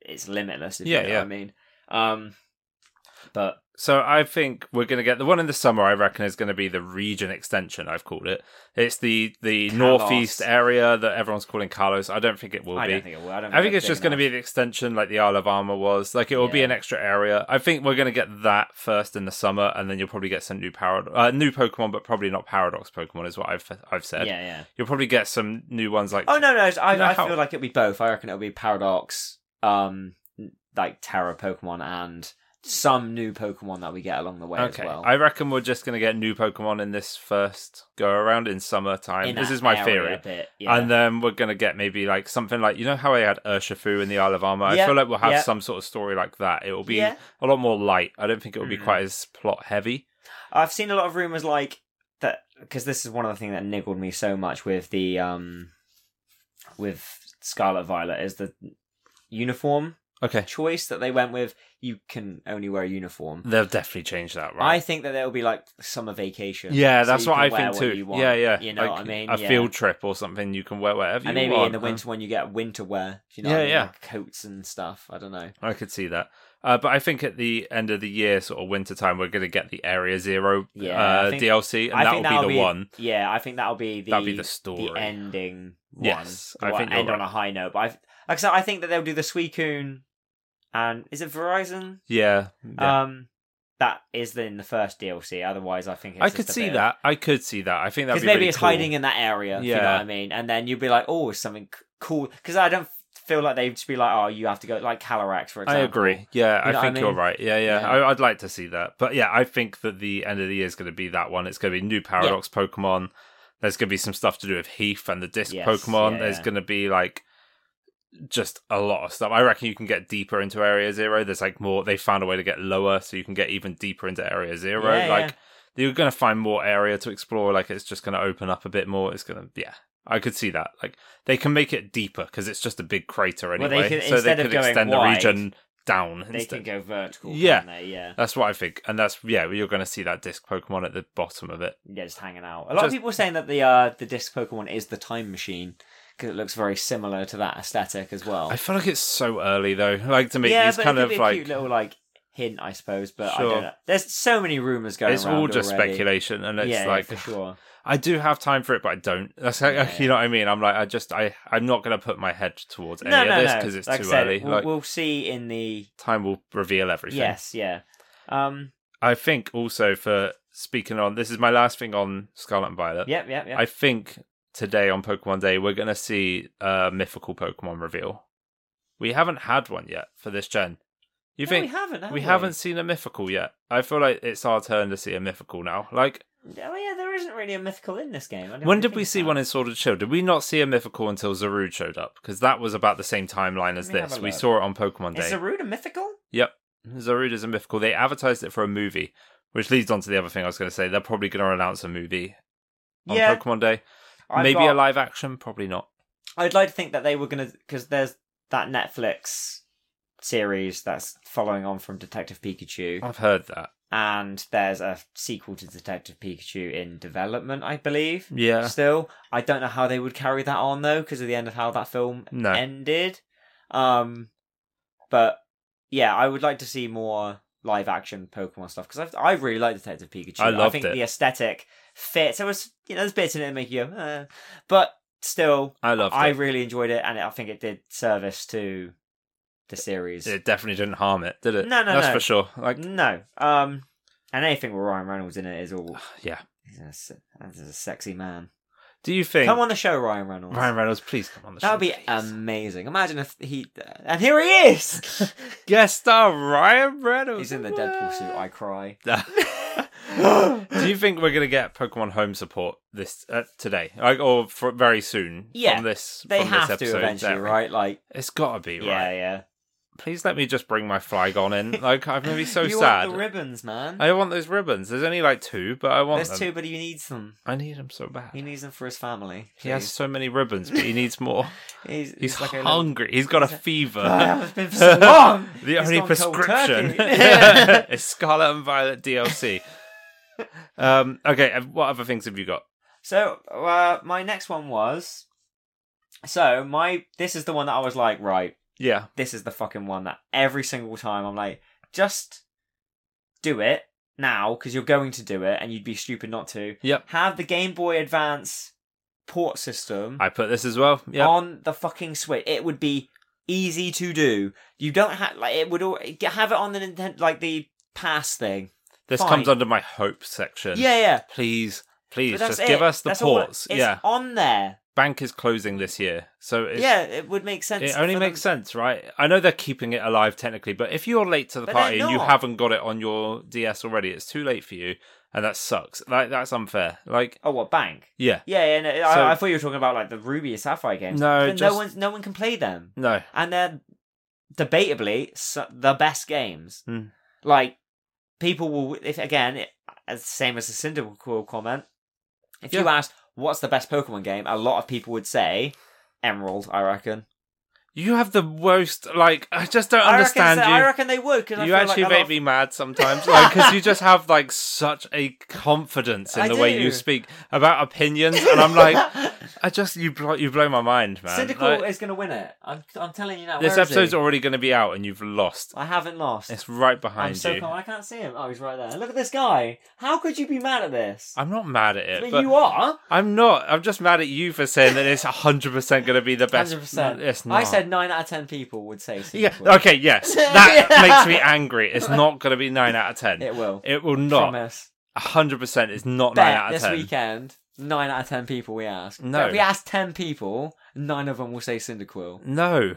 S2: It's limitless. If
S1: Yeah,
S2: you know
S1: yeah.
S2: what I mean, um, but
S1: So I think we're going to get the one in the summer. I reckon is going to be the region extension. I've called it. It's the the
S2: Kalos.
S1: northeast area that everyone's calling Carlos. I don't think it will
S2: I
S1: be.
S2: don't think it will. I don't.
S1: I think
S2: they're
S1: it's
S2: big
S1: just going to be
S2: enough.
S1: the extension, like the Isle of Armor was. Like it will be
S2: Yeah.
S1: an extra area. I think we're going to get that first in the summer, and then you'll probably get some new parad- uh, new Pokemon, but probably not Paradox Pokemon, is what I've I've said.
S2: Yeah, yeah.
S1: You'll probably get some new ones like
S2: Oh no, no, it's- I,
S1: No,
S2: I
S1: how-
S2: feel like it'll be both. I reckon it'll be Paradox, um, like Terra Pokemon, and some new Pokemon that we get along the way
S1: Okay,
S2: as well.
S1: I reckon we're just going to get new Pokemon in this first go around in summertime.
S2: In
S1: this
S2: that
S1: is my
S2: area
S1: theory.
S2: bit, yeah.
S1: And then we're going to get maybe like something like, you know how I had Urshifu in the Isle of Armor? I
S2: Yeah,
S1: feel like we'll have
S2: yeah.
S1: some sort of story like that. It will be
S2: Yeah.
S1: a lot more light. I don't think it will be
S2: Mhm.
S1: quite as plot heavy.
S2: I've seen a lot of rumors like that because this is one of the things that niggled me so much with the um, with Scarlet Violet is the uniform
S1: Okay.
S2: choice that they went with. You can only wear a uniform.
S1: They'll definitely change that,
S2: I
S1: Mm, right?
S2: think that there'll be like summer vacation.
S1: yeah,
S2: so
S1: that's
S2: you
S1: what
S2: can
S1: I
S2: wear
S1: think too.
S2: you want,
S1: yeah, yeah.
S2: You know
S1: like
S2: what I mean?
S1: A
S2: Yeah.
S1: field trip or something, you can wear whatever you
S2: and maybe
S1: want. uh,
S2: in the winter when you get winter wear, you know,
S1: Yeah,
S2: what I mean,
S1: yeah.
S2: like coats and stuff. I don't know.
S1: I could see that. Uh, but I think at the end of the year, sort of winter time, we're going to get the Area Zero
S2: Yeah,
S1: uh,
S2: I think-
S1: DLC, and
S2: I
S1: that will
S2: think
S1: be the
S2: that'll be-
S1: one.
S2: Yeah, I think that'll be the
S1: That'll Mm. be the story.
S2: the ending. One,
S1: Yes,
S2: The
S1: I
S2: one-
S1: think you're
S2: end on
S1: right.
S2: a high note. But I, like I said, I think that they'll do the Suicune, and is it Verizon?
S1: Yeah. yeah.
S2: Um, that is in the first DLC. Otherwise, I think it's
S1: I
S2: just
S1: could
S2: a
S1: see
S2: bit of-
S1: that. I could see that. I think that'd
S2: because
S1: be
S2: maybe
S1: really
S2: it's
S1: cool.
S2: hiding in that area. If you know
S1: Yeah.
S2: what I mean, and then you'd be like, oh, something c- cool. Because I don't feel like they'd just be like, oh, you have to go like Calyrex for
S1: I
S2: example.
S1: agree. Yeah,
S2: You know
S1: I
S2: what I
S1: think you're
S2: mean?
S1: right. Yeah, yeah.
S2: Yeah.
S1: I, I'd like to see that. But yeah, I think that the end of the year is going to be that one. It's going to be new Paradox Pokemon. There's going to be some stuff to do with Heath and the Disc
S2: Yes,
S1: Pokemon.
S2: yeah,
S1: There's
S2: yeah.
S1: going to be like just a lot of stuff. I reckon you can get deeper into Area Zero. There's like more. They found a way to get lower, so you can get even deeper into Area Zero.
S2: Yeah,
S1: like
S2: yeah.
S1: you're going to find more area to explore. Like it's just going to open up a bit more. It's going to yeah. I could see that. Like they can make it deeper because it's just a big crater
S2: Well,
S1: anyway.
S2: they could-
S1: so they
S2: instead
S1: could
S2: of going
S1: extend
S2: wide,
S1: the region down
S2: They
S1: instead.
S2: can go vertical.
S1: Yeah.
S2: Yeah, they? yeah.
S1: That's what I think, and that's yeah. You're going to see that disc Pokemon at the bottom of it.
S2: yeah, just hanging out. A lot of
S1: Just-
S2: people are saying that the uh, the disc Pokemon is the time machine because it looks very similar to that aesthetic as well.
S1: I feel like it's so early though. (laughs) Like to me,
S2: yeah,
S1: it's
S2: but
S1: kind
S2: it
S1: of
S2: could be a
S1: like
S2: cute little like hint, I suppose. But I
S1: Sure.
S2: don't know. There's so many rumors going.
S1: it's
S2: around
S1: all just
S2: already.
S1: speculation, and it's
S2: yeah, yeah,
S1: like
S2: for sure.
S1: I do have time for it, but I don't. That's like, (laughs)
S2: Yeah.
S1: you know what I mean. I'm like I just I I'm not going to put my head towards any
S2: No,
S1: of
S2: no,
S1: this
S2: no.
S1: because it's
S2: like
S1: too
S2: I said,
S1: early.
S2: We'll,
S1: like
S2: we'll see in the
S1: time will reveal everything.
S2: yes, yeah. Um,
S1: I think also for speaking on this is my last thing on Scarlet and Violet.
S2: yep, yep, yep.
S1: I think today on Pokemon Day we're gonna see a mythical Pokemon reveal. We haven't had one yet for this gen. You
S2: No, we
S1: think
S2: haven't? have
S1: we haven't seen a mythical yet? I feel like it's our turn to see a mythical now. Like
S2: Oh yeah, there isn't really a mythical in this game. I didn't
S1: when
S2: really
S1: did we
S2: think
S1: see
S2: about
S1: one
S2: it.
S1: in Sword and Shield? Did we not see a mythical until Zarude showed up? Because that was about the same timeline as
S2: me have
S1: this.
S2: a
S1: We
S2: look.
S1: saw it on Pokemon Day.
S2: Is Zarude a mythical?
S1: Yep. Zarude is a mythical. They advertised it for a movie, which leads on to the other thing I was going to say. They're probably going to announce a movie on
S2: Yeah.
S1: Pokemon Day.
S2: I've
S1: Maybe
S2: got-
S1: a live action, probably not.
S2: I'd like to think that they were gonna because there's that Netflix series that's following on from Detective Pikachu,
S1: I've heard that.
S2: and there's a sequel to Detective Pikachu in development, I believe.
S1: Yeah.
S2: Still, I don't know how they would carry that on though, because of the end of how that film
S1: No.
S2: ended. Um, but yeah, I would like to see more live action Pokemon stuff because I really like Detective Pikachu.
S1: I loved
S2: think
S1: it.
S2: the aesthetic fits. There was you know there's bits in it that make you go, eh. but still,
S1: I love
S2: I
S1: it.
S2: really enjoyed it, and I think it did service to the series.
S1: It definitely didn't harm it, did it?
S2: No, no,
S1: That's
S2: no.
S1: for sure. Like,
S2: no, um, and anything with Ryan Reynolds in it is all.
S1: Ah, yeah.
S2: He's a, se- he's a sexy man.
S1: Do you think
S2: Come on the show, Ryan Reynolds.
S1: Ryan Reynolds, please come on the show?
S2: that would be um,
S1: please.
S2: amazing. Imagine if he and here
S1: (laughs)
S2: he is.
S1: guest star Ryan Reynolds.
S2: he's in the Deadpool suit.
S1: (laughs)
S2: I cry.
S1: Do
S2: (gasps)
S1: you think we're gonna get Pokemon Home support this uh, today, like, or for very soon?
S2: Yeah,
S1: from this
S2: They
S1: from
S2: have
S1: this
S2: to
S1: episode,
S2: eventually,
S1: don't we?
S2: right? Like,
S1: It's gotta be
S2: yeah,
S1: right.
S2: yeah.
S1: Please let me just bring my Flygon
S2: (laughs)
S1: in. Like I'm gonna be so
S2: you
S1: sad.
S2: want the ribbons, man.
S1: I want those ribbons. There's only like two, but I want
S2: There's
S1: them.
S2: two, but he needs them.
S1: I need them so bad.
S2: He needs them for his family.
S1: He has so many ribbons, but he needs more.
S2: please. he's,
S1: He's,
S2: like a little
S1: hungry. He's got a
S2: he's a- (laughs)
S1: fever.
S2: I
S1: (laughs)
S2: haven't been for so long.
S1: the
S2: He's
S1: only
S2: gone cold
S1: prescription (laughs)
S2: (laughs) turkey.
S1: is Scarlet and Violet DLC. um, okay, and what other things have you got?
S2: So uh, my next one was. So my this is the one that I was like, right,
S1: Yeah,
S2: this is the fucking one that every single time I'm like, just do it now because you're going to do it and you'd be stupid not to.
S1: Yep.
S2: Have the Game Boy Advance port system
S1: I put this as well. Yeah,
S2: on the fucking Switch. It would be easy to do. You don't have like it would al- have it on the Nintendo like the pass thing.
S1: this
S2: fine.
S1: comes under my hope section.
S2: Yeah, yeah.
S1: please,
S2: But
S1: please,
S2: that's
S1: just give
S2: it.
S1: us the
S2: That's all it-
S1: ports.
S2: it's
S1: yeah,
S2: on there.
S1: bank is closing this year, so it's,
S2: yeah, it would make sense.
S1: It only
S2: for them-
S1: makes sense, right? I know they're keeping it alive technically, but if you're late to the
S2: But they're
S1: party and you
S2: not.
S1: haven't got it on your DS already, it's too late for you, and that sucks. Like that's unfair. Like,
S2: Oh, what bank?
S1: yeah,
S2: Yeah, yeah. No,
S1: So-
S2: I, I thought you were talking about like the Ruby and Sapphire games.
S1: No,
S2: But no
S1: just-
S2: one's no one can play them,
S1: no,
S2: and they're debatably s the best games.
S1: Hmm.
S2: Like people will, if again, it, as same as the Cyndaquil comment. If you
S1: Yeah.
S2: asked what's the best Pokemon game, a lot of people would say Emerald. I reckon.
S1: you have the worst. Like, I just don't
S2: I reckon,
S1: understand
S2: so-
S1: you.
S2: I reckon they would because
S1: you actually make me mad
S2: (laughs)
S1: sometimes, like because you just have like such a confidence in
S2: I
S1: the way
S2: do.
S1: you speak about opinions, and I'm
S2: (laughs)
S1: like, I just you blow, you blow my mind, man.
S2: Cyndaquil
S1: Like,
S2: is going to win it. I'm, I'm telling you now.
S1: this
S2: where is
S1: episode's
S2: he?
S1: already going to be out, and you've lost.
S2: I haven't lost.
S1: It's right behind
S2: I'm so
S1: you.
S2: calm. I can't see him. Oh, he's right there. Look at this guy. How could you be mad at this?
S1: I'm not mad at it,
S2: but
S1: but
S2: you are.
S1: I'm not. I'm just mad at you for saying that it's 100% going to be the best.
S2: 100%.
S1: It's not.
S2: I said nine out of ten people would say.
S1: Yeah.
S2: Sequel.
S1: Okay,
S2: (laughs)
S1: yes. That
S2: Yeah.
S1: makes me angry. It's not going to be 9 out of 10. It,
S2: It will.
S1: will not.
S2: Promise.
S1: 100% is not 9
S2: Bet
S1: out of
S2: this
S1: 10.
S2: weekend, nine out of ten people we ask.
S1: No.
S2: But if we ask ten people, nine of them will say Cyndaquil.
S1: No.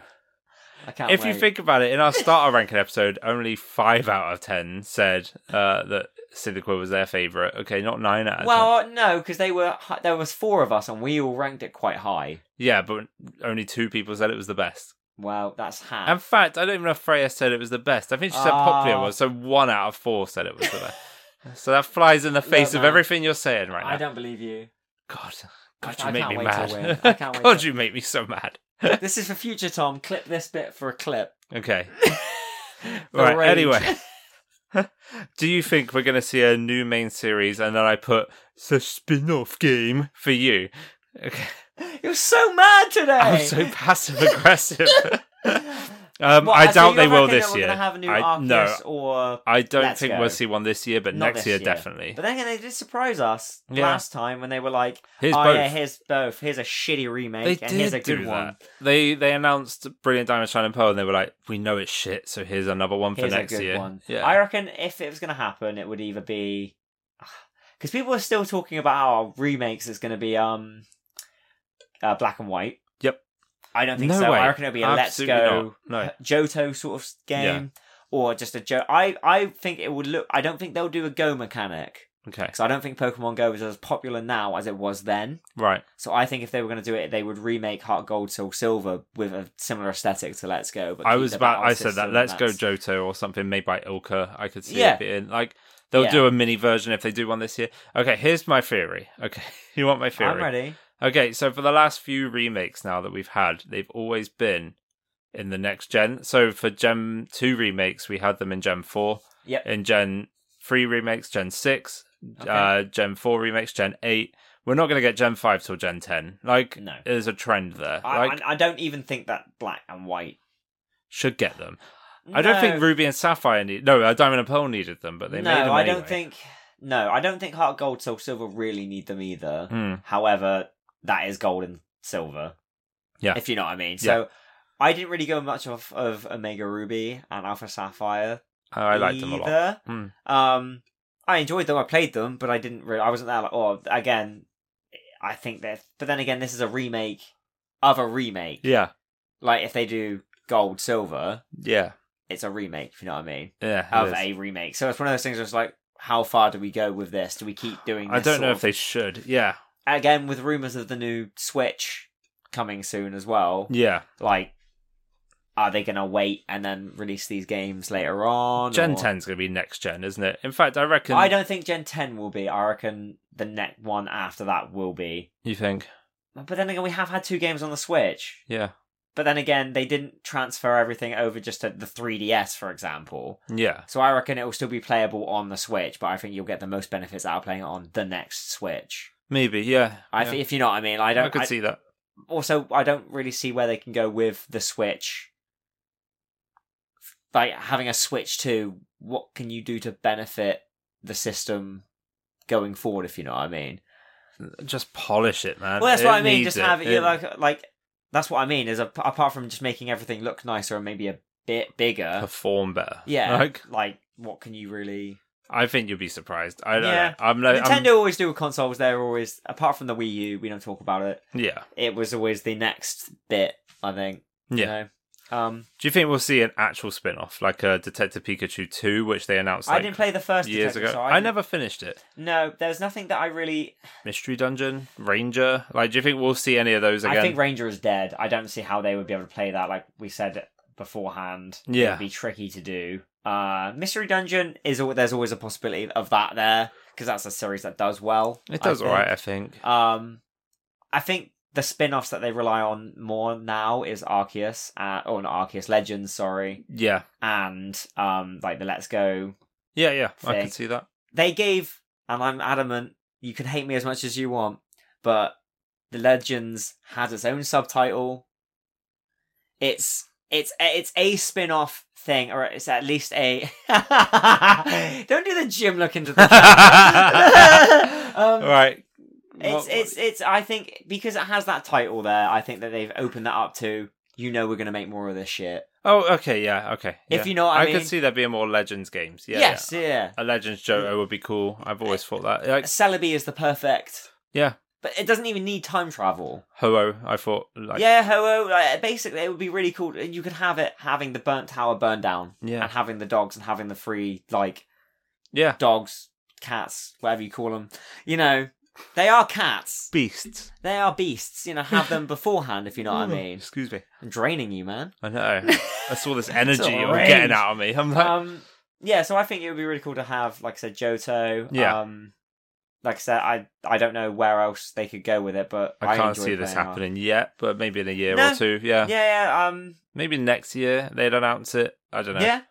S2: I can't.
S1: if
S2: wait.
S1: you think about it, in our starter ranking episode, only 5 out of 10 said uh, that Cyndaquil was their favourite. Okay, not 9 out of 10.
S2: Well, no, because they were. hi- There was four of us, and we all ranked it quite high.
S1: Yeah, but only two people said it was the best.
S2: Well, that's
S1: In
S2: half.
S1: fact, I don't even know if Freya said it was the best. I think she said
S2: Ah.
S1: popular was, so one out of four said it was the best. (laughs) so that flies in the face of
S2: man.
S1: everything you're saying right now.
S2: I don't believe you.
S1: (laughs) God,
S2: I-
S1: God,
S2: I
S1: you make me
S2: can't wait to win.
S1: mad. (laughs)
S2: I can't wait
S1: God,
S2: to-
S1: you make me so mad.
S2: this is for future, Tom. Clip this bit for a clip. (laughs)
S1: Okay. (laughs)
S2: The
S1: right.
S2: rage. (laughs)
S1: Anyway, do you think we're going to see a new main series and then I put the spin-off game for you? Okay.
S2: You're so mad today.
S1: I'm so (laughs) passive aggressive.
S2: (laughs)
S1: um,
S2: What,
S1: I
S2: so
S1: doubt
S2: you
S1: they will
S2: reckon that
S1: this
S2: we're
S1: year.
S2: Gonna have a new
S1: I,
S2: Arceus
S1: no,
S2: or
S1: I don't
S2: Let's
S1: think
S2: go.
S1: we'll see one this year, but
S2: Not
S1: next
S2: this
S1: year,
S2: year.
S1: definitely.
S2: But then again, they did surprise us
S1: Yeah.
S2: last time when they were like,
S1: Here's
S2: "Oh
S1: both.
S2: yeah, here's both. Here's a shitty remake,
S1: They
S2: and here's
S1: did
S2: a good
S1: do
S2: one.
S1: that. They they announced Brilliant Diamond Shining Pearl, and they were like, "We know it's shit, so here's another one for
S2: Here's a
S1: next
S2: good
S1: year."
S2: one."
S1: Yeah,
S2: I reckon if it was gonna happen, it would either be (sighs) because people are still talking about how remakes is gonna be um uh, black and white.
S1: Yep.
S2: I don't think
S1: No
S2: so.
S1: way.
S2: I reckon it'll be a
S1: Absolutely
S2: Let's Go
S1: not. No.
S2: Johto sort of game. Or just a Joe. I, I think it would look. I don't think they'll do a Go mechanic
S1: Okay,
S2: because I don't think Pokemon Go is as popular now as it was then.
S1: right.
S2: So I think if they were going to do it, they would remake Heart Gold Soul Silver with a similar aesthetic to Let's Go. But
S1: I
S2: keep
S1: was
S2: the
S1: about.
S2: battle
S1: I said that.
S2: system
S1: Let's go
S2: that's-
S1: Johto or something made by Ilka. I could see
S2: Yeah.
S1: it being like they'll
S2: Yeah.
S1: do a mini version if they do one this year. Okay, here's my theory. Okay, (laughs) you want my theory?
S2: I'm ready.
S1: Okay, so for the last few remakes now that we've had, they've always been in the next gen. So for Gen 2 remakes, we had them in Gen 4.
S2: Yep.
S1: In Gen 3 remakes, Gen 6,
S2: Okay.
S1: uh, Gen 4 remakes, Gen 8. We're not going to get Gen 5 till Gen 10. Like,
S2: No.
S1: there's a trend there.
S2: I,
S1: like,
S2: I, I don't even think that black and white.
S1: should get them. I don't
S2: No.
S1: think Ruby and Sapphire need. No, uh, Diamond and Pearl needed them, but they
S2: no,
S1: made them
S2: I
S1: anyway.
S2: don't think. No, I don't think Heart Gold, Soul Silver really need them either.
S1: Hmm.
S2: However, that is gold and silver.
S1: Yeah.
S2: If you know what I mean. So I didn't really go much off of Omega Ruby and Alpha Sapphire.
S1: Oh, I liked them a lot.
S2: either.
S1: Hmm.
S2: Um, I enjoyed them. I played them, but I didn't. Really, I wasn't that like. Oh, again, I think that. But then again, this is a remake of a remake.
S1: Yeah,
S2: Like if they do gold, silver,
S1: yeah,
S2: it's a remake. If you know what I mean
S1: yeah. it
S2: of
S1: is.
S2: a remake. So it's one of those things where it's like, how far do we go with this? Do we keep doing this?
S1: I don't
S2: sort
S1: know
S2: of-
S1: if they should. Yeah,
S2: Again, with rumours of the new Switch coming soon as well,
S1: yeah.
S2: like, are they going to wait and then release these games later on?
S1: Gen
S2: or-
S1: 10's going to be next gen, isn't it? In fact, I reckon.
S2: I don't think Gen 10 will be. I reckon the next one after that will be.
S1: You think?
S2: But then again, we have had two games on the Switch.
S1: Yeah,
S2: But then again, they didn't transfer everything over just to the 3DS, for example.
S1: yeah,
S2: So I reckon it will still be playable on the Switch, but I think you'll get the most benefits out of playing it on the next Switch.
S1: maybe. Yeah,
S2: I
S1: yeah.
S2: thi- if you know what I mean. I
S1: I,
S2: don't.
S1: could
S2: I-
S1: see that.
S2: Also, I don't really see where they can go with the Switch. Like having a Switch to what can you do to benefit the system going forward? If you know what I mean.
S1: Just polish it, man.
S2: Well, that's
S1: It
S2: what I mean.
S1: needs
S2: Just have it,
S1: it.
S2: yeah, like like that's what I mean. Is a, apart from just making everything look nicer and maybe a bit bigger.
S1: perform better.
S2: uh, Yeah,
S1: like
S2: like what can you really?
S1: I think you'd be surprised. I don't.
S2: Yeah.
S1: Know. I'm. Like,
S2: Nintendo always do with consoles. They're always, apart from the Wii U, we don't talk about it.
S1: I'm yeah,
S2: It was always the next bit, I think.
S1: yeah.
S2: You know? Um,
S1: Do you think we'll see an actual spin off, like a Detective Pikachu 2, which they announced
S2: I
S1: like,
S2: didn't play the first
S1: years
S2: Detective,
S1: ago?
S2: so
S1: I,
S2: didn't-
S1: never finished it.
S2: No, there's nothing that I really.
S1: Mystery Dungeon, Ranger. Like, do you think we'll see any of those again?
S2: I think Ranger is dead. I don't see how they would be able to play that. Like we said beforehand,
S1: Yeah.
S2: it'd be tricky to do. Uh, Mystery Dungeon is al- there's always a possibility of that there because that's a series that does well.
S1: it
S2: I
S1: does all
S2: think.
S1: right. I think.
S2: Um, I think the spin-offs that they rely on more now is Arceus, uh, or not Arceus Legends, sorry,
S1: Yeah,
S2: and um, like the Let's Go.
S1: yeah, yeah. I
S2: Thing.
S1: can see that.
S2: They gave, and I'm adamant. You can hate me as much as you want, but the Legends has its own subtitle. It's it's a- it's a spin-off thing, or it's at least a. (laughs) Don't do the Jim look into the.
S1: (laughs)
S2: camera. um,
S1: All right.
S2: it's
S1: What-
S2: it's it's. I think because it has that title there, I think that they've opened that up to. You know, we're gonna make more of this shit.
S1: Oh, okay, yeah, okay.
S2: If
S1: yeah.
S2: you know what I, mean.
S1: could see there being more Legends games. Yeah,
S2: yes, Mm.
S1: yeah.
S2: yeah.
S1: A Legends Johto would be cool. I've always thought that. Like
S2: Celebi is the perfect.
S1: Yeah.
S2: But it doesn't even need time travel.
S1: Ho-Oh, I thought like
S2: yeah, ho like, basically it would be really cool. You could have it having the burnt tower burn down and
S1: yeah.
S2: having the dogs and having the free like
S1: Yeah.
S2: dogs, cats, whatever you call them. You know, they are cats.
S1: Beasts.
S2: They are beasts. You know,
S1: (laughs)
S2: have them beforehand if you know what I mean.
S1: Excuse me.
S2: I'm draining
S1: (laughs)
S2: you, man.
S1: I know. I saw
S2: (laughs)
S1: this energy you were
S2: rage.
S1: getting out of me. I'm like
S2: um, yeah, so I think it would be really cool to have, like I said, Johto.
S1: Yeah.
S2: Um, like I said, I I don't know where else they could go with it, but I,
S1: I can't
S2: enjoyed
S1: see this
S2: playing that.
S1: happening yet, but maybe in a year
S2: No.
S1: or two. Yeah.
S2: Yeah, yeah, um,
S1: Maybe next year they'd announce it. I don't know.
S2: yeah.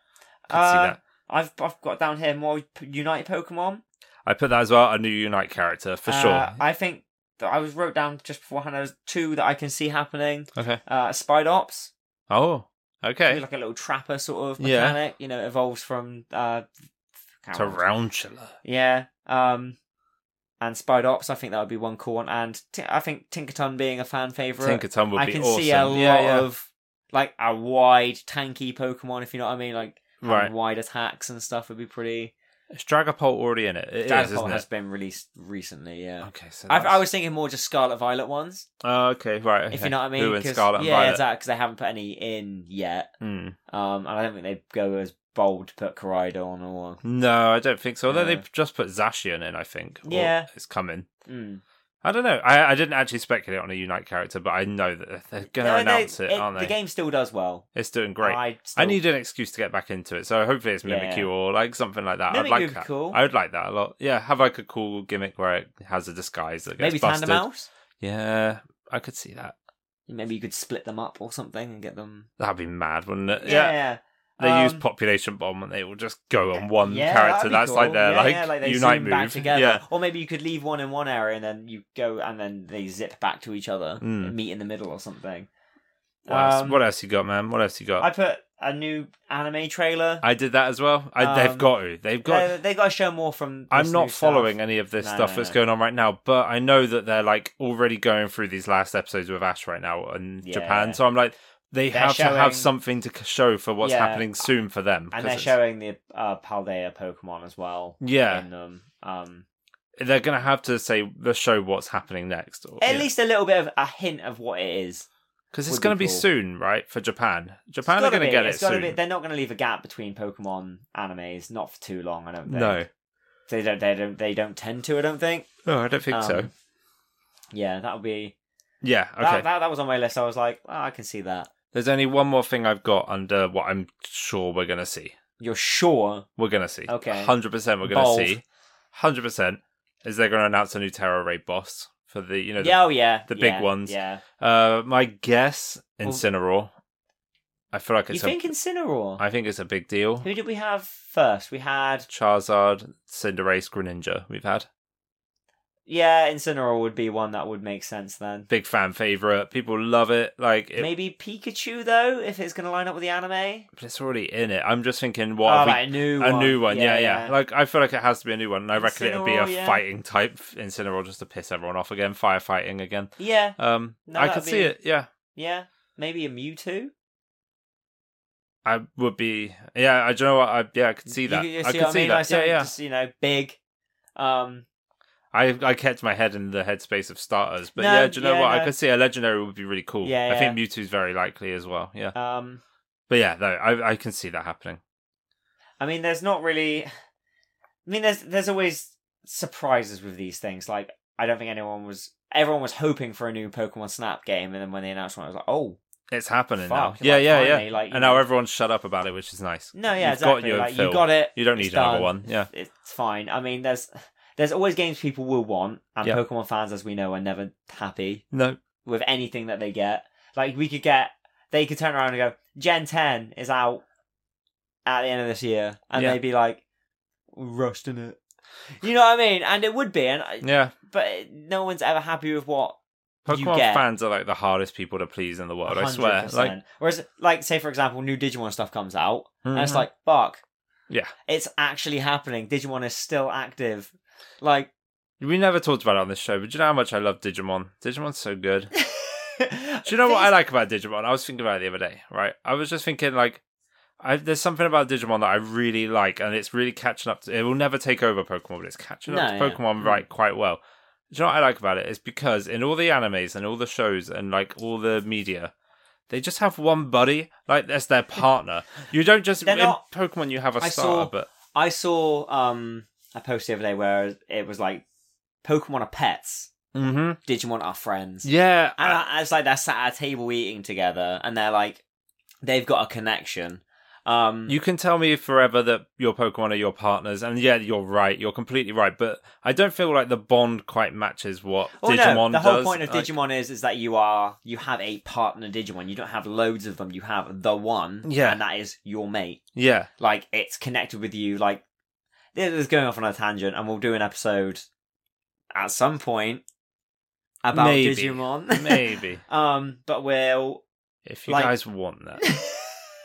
S1: I could
S2: Uh,
S1: see that.
S2: I've I've got down here more P- Unite Pokemon
S1: I put that as well, a new Unite character for
S2: Uh,
S1: sure.
S2: I think that I was wrote down just beforehand. There's two that I can see happening.
S1: Okay.
S2: Uh, Spidops,
S1: Oh. Okay.
S2: like a little trapper sort of
S1: Yeah.
S2: mechanic. You know, evolves from uh, can't remember his
S1: Tarantula.
S2: Yeah. Um, and Spied Ops, I think that would be one cool one. And Ti- I think Tinkerton being a fan favorite,
S1: Tinkerton would
S2: I
S1: be
S2: can
S1: awesome.
S2: see a lot
S1: yeah, yeah.
S2: of like a wide tanky Pokemon, if you know what I mean. Like having
S1: Right.
S2: wide attacks and stuff would be pretty.
S1: Is Dragapult already in it? It is,
S2: Dragapult
S1: isn't
S2: has
S1: it? Oh,
S2: been released recently. Yeah.
S1: Okay, so
S2: I, I
S1: that's-
S2: was thinking more just Scarlet Violet ones,
S1: Oh, okay, right.
S2: if
S1: okay.
S2: you know what I mean.
S1: Blue and
S2: 'cause-
S1: Scarlet and
S2: yeah,
S1: Violet.
S2: exactly, because they haven't put any in yet.
S1: Hmm.
S2: Um, and I don't think they go as bold to put Koridon or
S1: No, I don't think so. Although
S2: No.
S1: they've just put Zacian in, I think. or
S2: Yeah.
S1: it's coming.
S2: Mm.
S1: I don't know. I, I didn't actually speculate on a Unite character, but I know that they're going to
S2: No, they-
S1: announce it, aren't they?
S2: The game still does well.
S1: It's doing great. I,
S2: I, still
S1: need an excuse to get back into it, so hopefully it's Mimikyu
S2: Oh. Yeah.
S1: or like something like that.
S2: Mimikyu
S1: I'd like
S2: would be
S1: that.
S2: cool.
S1: I would like that a lot. Yeah, have like a cool gimmick where it has a disguise that gets
S2: Maybe
S1: busted.
S2: Tandem Mouse?
S1: Yeah, I could see that.
S2: Maybe you could split them up or something and get them.
S1: That'd be mad, wouldn't it?
S2: Yeah,
S1: They use
S2: Um,
S1: population bomb and they will just go on one
S2: yeah,
S1: character.
S2: that'd be
S1: That's like
S2: cool.
S1: their
S2: Yeah,
S1: like,
S2: yeah, they
S1: unite
S2: zoom
S1: move.
S2: back together.
S1: Yeah.
S2: Or maybe you could leave one in one area and then you go and then they zip back to each other,
S1: Mm.
S2: and meet in the middle or something.
S1: What, else?
S2: Um,
S1: what else you got, man? What else you got?
S2: I put a new anime trailer.
S1: I, did that as well. I, they've
S2: Um,
S1: got to. They've got.
S2: they, they got to show more from. This
S1: I'm
S2: new
S1: not
S2: stuff.
S1: following any of this
S2: No,
S1: stuff
S2: no,
S1: that's
S2: no.
S1: going on right now, but I know that they're like already going through these last episodes with Ash right now in
S2: Yeah.
S1: Japan. So I'm like, they
S2: They're
S1: have to
S2: showing-
S1: have something to c- show for what's
S2: Yeah.
S1: happening soon for them.
S2: and
S1: 'cause
S2: they're
S1: it's-
S2: showing the uh, Paldea Pokemon as well.
S1: Yeah.
S2: in them. Um,
S1: they're going to have to say the show what's happening next. Or,
S2: at least a little bit of a hint of what it is.
S1: because
S2: would
S1: it's
S2: be
S1: going to be,
S2: cool.
S1: soon, right? For Japan,
S2: It's
S1: Japan are
S2: gotta
S1: going to
S2: be-
S1: get it
S2: it's gotta
S1: soon.
S2: Be, they're not going to leave a gap between Pokemon animes, not for too long. I don't think.
S1: no,
S2: they don't. They don't. They don't tend to. I don't think.
S1: no, I don't think so.
S2: Um, Yeah, that'll be.
S1: Yeah, okay.
S2: That, that that was on my list. I was like, oh, I can see that.
S1: There's only one more thing I've got under what I'm sure we're going to see.
S2: You're sure?
S1: We're gonna see.
S2: Okay.
S1: Hundred percent. We're gonna
S2: Bold.
S1: see. Hundred percent. Is they're gonna announce a new terror raid boss for the you know the-
S2: Yeah. Oh yeah.
S1: the big
S2: yeah,
S1: ones.
S2: Yeah.
S1: uh my guess
S2: Well-
S1: Incineroar. I feel like
S2: You
S1: it's
S2: think
S1: a,
S2: Incineroar?
S1: I think it's a big deal.
S2: Who did we have first? We had
S1: Charizard, Cinderace, Greninja. We've had
S2: yeah, Incineroar would be one that would make sense then.
S1: big fan favorite. People love it. Like it,
S2: Maybe Pikachu though, if it's going to line up with the anime.
S1: it's already in it. I'm just thinking,
S2: Oh,
S1: what have we
S2: like a new
S1: a
S2: one.
S1: new one, yeah, yeah, Like I feel like it has to be a new one, and I reckon it'd be a
S2: Incineroar, yeah.
S1: fighting type Incineroar just to piss everyone off again, firefighting again.
S2: yeah,
S1: Um,
S2: No,
S1: I
S2: that'd
S1: could see
S2: be-
S1: it, yeah.
S2: yeah. Maybe a Mewtwo.
S1: I would be. Yeah, I do you know what. I yeah, I could see that.
S2: You, you
S1: I
S2: see
S1: could
S2: what
S1: see
S2: I mean?
S1: that.
S2: Like
S1: yeah,
S2: something
S1: yeah.
S2: Just you know, big. Um,
S1: I I kept my head in the headspace of starters, but
S2: No,
S1: yeah, do you know
S2: yeah,
S1: what? I
S2: no.
S1: could see a legendary would be really cool.
S2: Yeah,
S1: I think Mewtwo's very likely as well. Yeah,
S2: um.
S1: but yeah, no, I I can see that happening.
S2: I mean, there's not really. I mean, there's there's always surprises with these things. Like, I don't think anyone was everyone was hoping for a new Pokemon Snap game, and then when they announced one, I was like, oh,
S1: It's happening now.
S2: fuck!
S1: Yeah,
S2: like,
S1: yeah,
S2: finally,
S1: yeah.
S2: Like, you
S1: And now
S2: know-
S1: everyone's shut up about it, which is nice.
S2: no, yeah,
S1: You've got
S2: exactly.
S1: your
S2: like, you
S1: fill.
S2: got it.
S1: You don't
S2: it's
S1: need another
S2: done.
S1: one, yeah.
S2: it's fine. I mean, there's there's always games people will want, and
S1: Yeah.
S2: Pokemon fans, as we know, are never happy
S1: No,
S2: with anything that they get. Like we could get, they could turn around and go, Gen Ten is out at the end of this year, and
S1: Yeah.
S2: they'd be like, rushed in it. You know what I mean? And it would be, and I,
S1: yeah.
S2: but no one's ever happy with what. You
S1: Pokemon
S2: get-
S1: fans are like the hardest people to please in the world. I swear.
S2: 100%.
S1: Like,
S2: whereas, like, say for example, new Digimon stuff comes out, and it's
S1: mhm.
S2: like, fuck,
S1: yeah.
S2: it's actually happening. Digimon is still active. Like,
S1: We never talked about it on this show, but do you know how much I love Digimon? Digimon's so good. (laughs)
S2: do
S1: Do you know what I like about Digimon? I was thinking about it the other day, right? I was just thinking like, I, there's something about Digimon that I really like, and it's really catching up. To, it will never take over Pokemon, but it's catching up
S2: No,
S1: to
S2: yeah.
S1: Pokemon
S2: Mm.
S1: right quite well. Do you know what I like about it? It's because in all the animes and all the shows and like all the media, they just have one buddy, like that's their partner. you don't just
S2: They're
S1: in
S2: not-
S1: Pokemon you have a
S2: I
S1: star,
S2: saw-
S1: but
S2: I saw um a post the other day where it was like Pokemon are pets,
S1: hmm
S2: Digimon are friends.
S1: yeah,
S2: And I, it's like they're sat at a table eating together and they're like they've got a connection. Um
S1: You can tell me forever that your Pokemon are your partners, and yeah, you're right. You're completely right, but I don't feel like the bond quite matches what
S2: well,
S1: Digimon
S2: Oh, no, the whole
S1: does.
S2: point of
S1: Like,
S2: Digimon is is that you are you have a partner Digimon. You don't have loads of them. You have the one,
S1: Yeah.
S2: and that is your mate.
S1: yeah,
S2: (laughs) Like it's connected with you. Like this is going off on a tangent, and we'll do an episode at some point about
S1: Maybe.
S2: Digimon.
S1: maybe
S2: (laughs) Um,
S1: (laughs)
S2: but we'll. (laughs)
S1: if you
S2: Like-
S1: guys want that,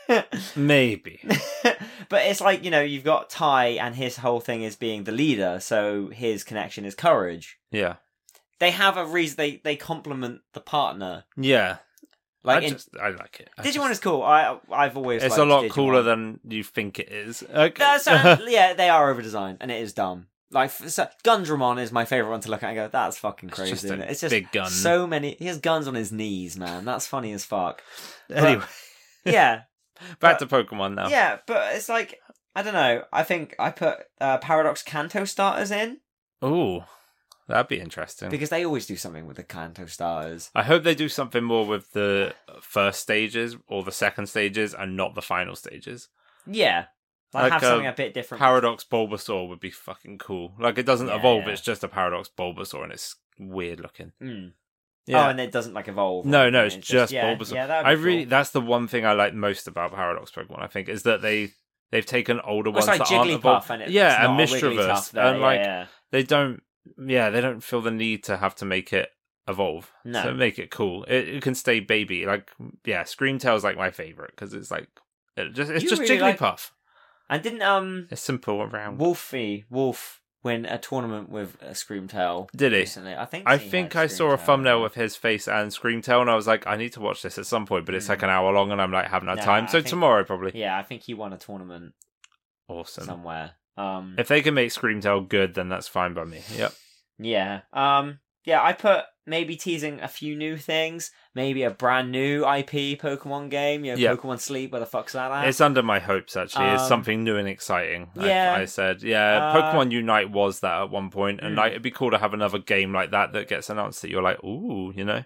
S2: but
S1: maybe.
S2: (laughs) it's like you know you've got Ty, and his whole thing is being the leader, so his connection is courage.
S1: Yeah,
S2: They have a reason. They they complement the partner.
S1: yeah.
S2: Like
S1: I
S2: in,
S1: just, I like it. I
S2: Digimon
S1: just-
S2: is cool. I I've always
S1: It's a
S2: liked
S1: lot
S2: Digimon.
S1: cooler than you think it is. Okay. (laughs)
S2: That's- uh, yeah, they are overdesigned, and it is dumb. Like f- so, Gundramon is my favorite one to look at and go, that's fucking
S1: It's
S2: crazy.
S1: just
S2: isn't
S1: a
S2: it? It's just
S1: big gun.
S2: so many. He has guns on his knees, man. That's funny as fuck.
S1: (laughs) anyway,
S2: Yeah,
S1: back to Pokemon now.
S2: Yeah, but it's like I don't know. I think I put uh, Paradox Canto starters in
S1: Ooh, that'd be interesting.
S2: because they always do something with the Canto starters.
S1: I hope they do something more with the first stages or the second stages, and not the final stages.
S2: Yeah, like,
S1: Like,
S2: have something
S1: uh,
S2: a bit different.
S1: Paradox Bulbasaur would be fucking cool. Like it doesn't
S2: Yeah,
S1: evolve;
S2: yeah.
S1: it's just a Paradox Bulbasaur, and it's weird looking.
S2: Mm.
S1: Yeah.
S2: Oh, and it doesn't like evolve. or
S1: No, no,
S2: anything,
S1: it's just
S2: yeah,
S1: Bulbasaur.
S2: Yeah, that'd be
S1: I really
S2: cool.
S1: that's the one thing I like most about Paradox Pokemon. I think is that they they've taken older
S2: Well, it's
S1: ones
S2: like
S1: that aren't
S2: Jigglypuff
S1: evolved.
S2: and it's
S1: yeah,
S2: not
S1: and
S2: a Wigglytuff
S1: Mistroverse,
S2: there,
S1: and like
S2: yeah,
S1: they don't. Yeah, they don't feel the need to have to make it evolve.
S2: No.
S1: So make it cool. It, it can stay baby. Like yeah, Screamtail's like my favorite because it's like it just it's
S2: You
S1: just
S2: really like-
S1: Jigglypuff.
S2: And didn't um
S1: It's simple around.
S2: Wolfie Wolf win a tournament with a Screamtail
S1: Did he?
S2: recently? I think
S1: I
S2: he
S1: think
S2: had
S1: I saw a
S2: Screamtail.
S1: thumbnail with his face and Screamtail, and I was like, I need to watch this at some point, but it's
S2: Mm.
S1: like an hour long, and I'm like, haven't had
S2: Nah,
S1: time.
S2: I
S1: So
S2: think-
S1: tomorrow, probably.
S2: Yeah, I think he won a tournament
S1: Awesome.
S2: somewhere. Um,
S1: If they can make Screamtail good, then that's fine by me. Yep.
S2: yeah, um, yeah. I put maybe teasing a few new things, maybe a brand new IP Pokemon game. You know,
S1: Yeah.
S2: Pokemon Sleep. Where the fuck's that at?
S1: It's under my hopes, actually. it's
S2: Uh, Um,
S1: something new and exciting. I-
S2: yeah.
S1: I, said, yeah,
S2: Uh,
S1: Pokemon Unite was that at one point, and
S2: Mm.
S1: like, it'd be cool to have another game like that that gets announced that you're like, ooh, you know?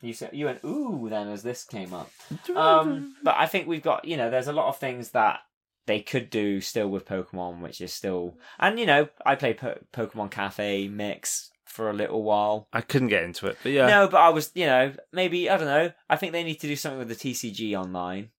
S2: You said you went ooh then as this came up. Um, but I think we've got you know there's a lot of things that they could do still with Pokemon, which is still and you know I played po- Pokemon Cafe Mix for a little while.
S1: I couldn't get into it, but yeah.
S2: No, but I was you know maybe I don't know. I think they need to do something with the TCG online.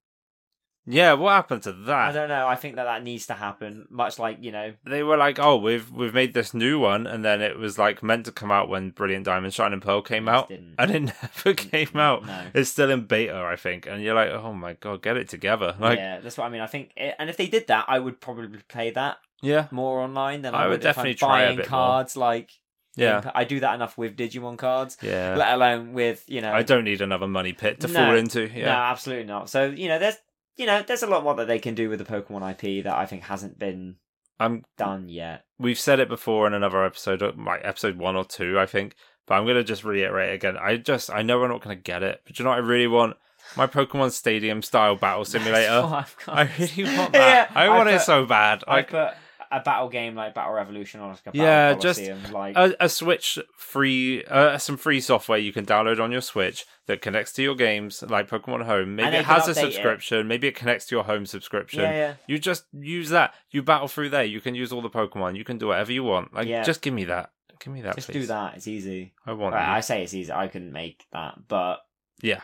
S1: Yeah, what happened to
S2: I
S1: that?
S2: don't know. I think that that needs to happen. Much like you know
S1: They were like, oh, we've we've made this new one, and then it was like meant to come out when Brilliant Diamond, Shine and Pearl came
S2: Yes,
S1: out,
S2: didn't.
S1: and it (laughs) never came out.
S2: Mm, No.
S1: It's still in beta, I think, and you're like, oh my god, get it together. Like, yeah,
S2: yeah, that's what I mean. I think, eh, and if they did that, I would probably play that
S1: yeah.
S2: more online than I,
S1: I would
S2: would, if I'm
S1: definitely try a
S2: buying
S1: bit more.
S2: cards. Like,
S1: yeah.
S2: I do that enough with Digimon cards. let alone with you know.
S1: I don't need another money pit to
S2: No.
S1: fall into.
S2: No,
S1: Yeah.
S2: absolutely not. So you know, there's you know, there's a lot more that they can do with the Pokemon IP that I think hasn't been
S1: I'm
S2: done yet. (laughs)
S1: we've said it before in another episode, uh, like episode one or two, I think. But I'm gonna just reiterate again. I just I know we're not gonna get it, but you know what I really want? My Pokemon Stadium style battle
S2: That's
S1: simulator.
S2: what I've
S1: (laughs)
S2: got.
S1: I really
S2: (laughs)
S1: want that.
S2: Yeah,
S1: I want it
S2: put-
S1: so bad.
S2: I
S1: Like
S2: put a battle game like Battle Revolution or like a battle
S1: Yeah, just
S2: Colosseum, like
S1: a, a Switch free, uh, some free software you can download on your Switch that connects to your games, like Pokemon Home. Maybe
S2: And they
S1: it has
S2: can
S1: a
S2: update it.
S1: subscription. Maybe it connects to your home subscription.
S2: yeah, yeah.
S1: You just use that. You battle through there. You can use all the Pokemon. You can do whatever you want. Like,
S2: Yeah.
S1: just give me that. Give me that.
S2: Just
S1: please.
S2: do that. It's easy.
S1: I want.
S2: Right,
S1: that.
S2: I say it's easy. I couldn't make that, but
S1: Yeah,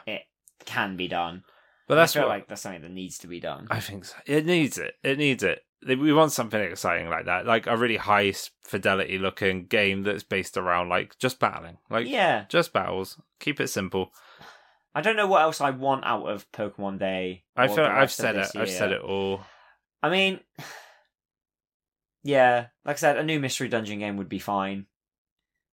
S2: can be done.
S1: but that's
S2: I feel
S1: what
S2: like that's something that needs to be done.
S1: I think. So. It needs it. It needs it. We want something exciting like that, like a really high s- fidelity looking game that's based around like just battling, like
S2: yeah,
S1: just battles. Keep it simple.
S2: I don't know what else I want out of Pokemon Day.
S1: I
S2: or
S1: feel
S2: the
S1: I've
S2: rest of
S1: said it.
S2: this
S1: I've said
S2: year.
S1: it all.
S2: I mean, (sighs) yeah, like I said, a new mystery dungeon game would be fine,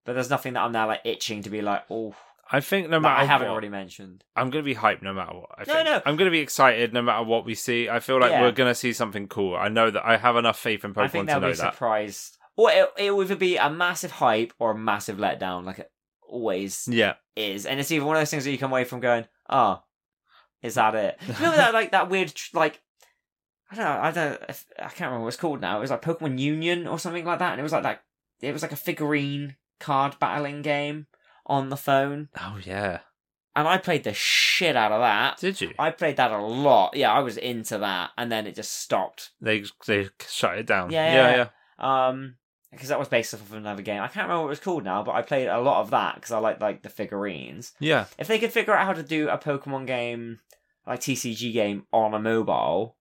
S2: but there's nothing that I'm now like itching to be like, oh,
S1: I think no
S2: that
S1: matter
S2: I haven't
S1: what,
S2: already mentioned.
S1: I'm gonna be hyped no matter what. I
S2: No,
S1: think.
S2: no.
S1: I'm gonna be excited no matter what we see. I feel like
S2: Yeah.
S1: we're gonna see something cool. I know that I have enough faith in
S2: I think
S1: Pokemon to
S2: they'll
S1: know
S2: be
S1: that.
S2: surprised, or it it will either be a massive hype or a massive letdown, like it always
S1: Yeah,
S2: is, and it's either one of those things that you come away from going, ah, is that it? You remember that like that weird tr- like. I don't know, I don't if, I can't remember what it's called now. It was like Pokemon Union or something like that, and it was like like it was like a figurine card battling game on the phone.
S1: Oh yeah.
S2: and I played the shit out of that.
S1: Did you?
S2: I played that a lot. Yeah, I was into that, and then it just stopped.
S1: They they shut it down.
S2: Yeah,
S1: yeah,
S2: yeah. Um, because that was based off of another game. I can't remember what it was called now, but I played a lot of that because I liked like the figurines.
S1: yeah.
S2: If they could figure out how to do a Pokemon game, like TCG game, on a mobile,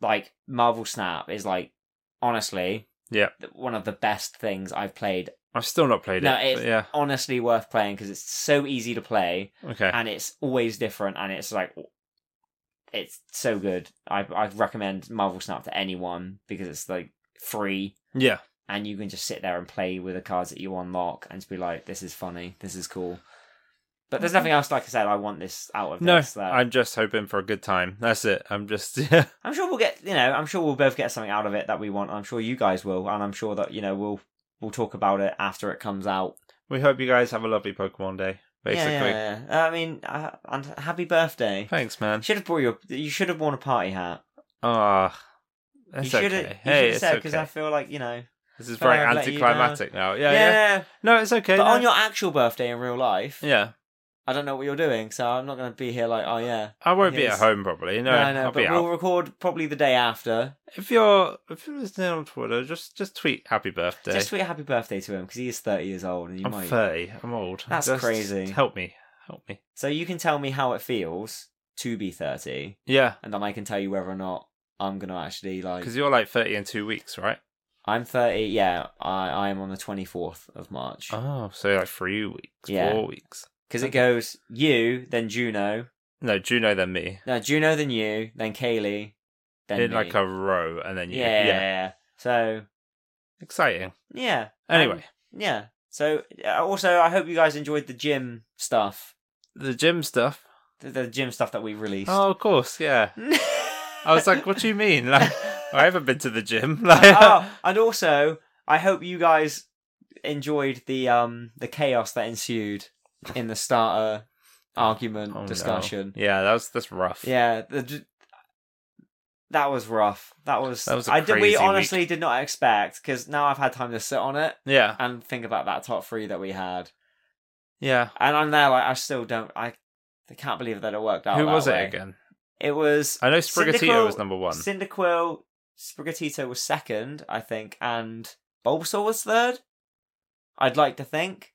S2: like Marvel Snap is like honestly,
S1: Yeah.
S2: th- one of the best things I've played.
S1: I've still not played
S2: No,
S1: it.
S2: it's-
S1: but yeah.
S2: Honestly, worth playing because it's so easy to play.
S1: Okay.
S2: and it's always different and it's like it's so good i i recommend marvel snap to anyone because it's like free
S1: yeah.
S2: and you can just sit there and play with the cards that you unlock and just be like this is funny this is cool but there's nothing else like i said i want this out of
S1: No,
S2: this that-
S1: I'm just hoping for a good time. That's it. I'm just (laughs) yeah.
S2: i'm sure we'll get you know i'm sure we'll both get something out of it that we want i'm sure you guys will and i'm sure that you know we'll we'll talk about it after it comes out
S1: We hope you guys have a lovely Pokemon day.
S2: Yeah,
S1: Basically.
S2: yeah, yeah. i mean uh, and happy birthday
S1: Thanks, man.
S2: should have brought your you should have worn a party hat
S1: Ah, that's
S2: you should have
S1: okay. Hey, it's
S2: said because
S1: okay.
S2: I feel like you know.
S1: This is
S2: feel
S1: very
S2: like I've let you
S1: anticlimactic now. Yeah,
S2: Yeah,
S1: yeah, No, it's okay.
S2: but
S1: no.
S2: on your actual birthday in real life,
S1: yeah,
S2: I don't know what you're doing, so I'm not going to be here like, oh yeah.
S1: I won't be at
S2: Yes.
S1: home probably. No,
S2: no, no,
S1: I'll
S2: but
S1: be out.
S2: we'll record probably the day after.
S1: If you're if you're listening on Twitter, just just tweet happy birthday.
S2: Just tweet happy birthday to him because he is 30 years old and you
S1: I'm
S2: might.
S1: thirty. I'm old.
S2: That's
S1: Just
S2: crazy.
S1: Help me. Help me.
S2: So you can tell me how it feels to be 30,
S1: Yeah,
S2: and then I can tell you whether or not I'm going to actually like.
S1: because you're like thirty in two weeks, right?
S2: I'm 30, yeah, I, I am on the 24th of March.
S1: Oh, so like three weeks,
S2: Yeah.
S1: four weeks.
S2: Because it goes you, then Juno,
S1: No, Juno then me.
S2: no, Juno, then you, then Kaylee, then.
S1: in
S2: me.
S1: like a row, and then you.
S2: yeah. So,
S1: exciting.
S2: yeah.
S1: Anyway,
S2: Um, yeah. So, uh, also, I hope you guys enjoyed the gym stuff.
S1: the gym stuff.
S2: The, the gym stuff that we released.
S1: Oh, of course, yeah. I was like, what do you mean?
S2: (laughs)
S1: Like, I haven't been to the gym. Like, (laughs)
S2: oh, and also, I hope you guys enjoyed the um the chaos that ensued in the starter argument
S1: Oh, no.
S2: discussion.
S1: Yeah, that was that's rough.
S2: Yeah, the, d- that was rough. That was
S1: That was a
S2: I did,
S1: crazy
S2: we honestly did not expect because now I've had time to sit on it
S1: yeah,
S2: and think about that top three that we had,
S1: yeah.
S2: and I'm there like I still don't I, I can't believe that it worked out.
S1: Who
S2: that
S1: was
S2: way.
S1: it again?
S2: It was
S1: I know Sprigatito
S2: Syndical-
S1: was number one.
S2: Cyndaquil, Sprigatito was second, I think, and Bulbasaur was third. I'd like to think.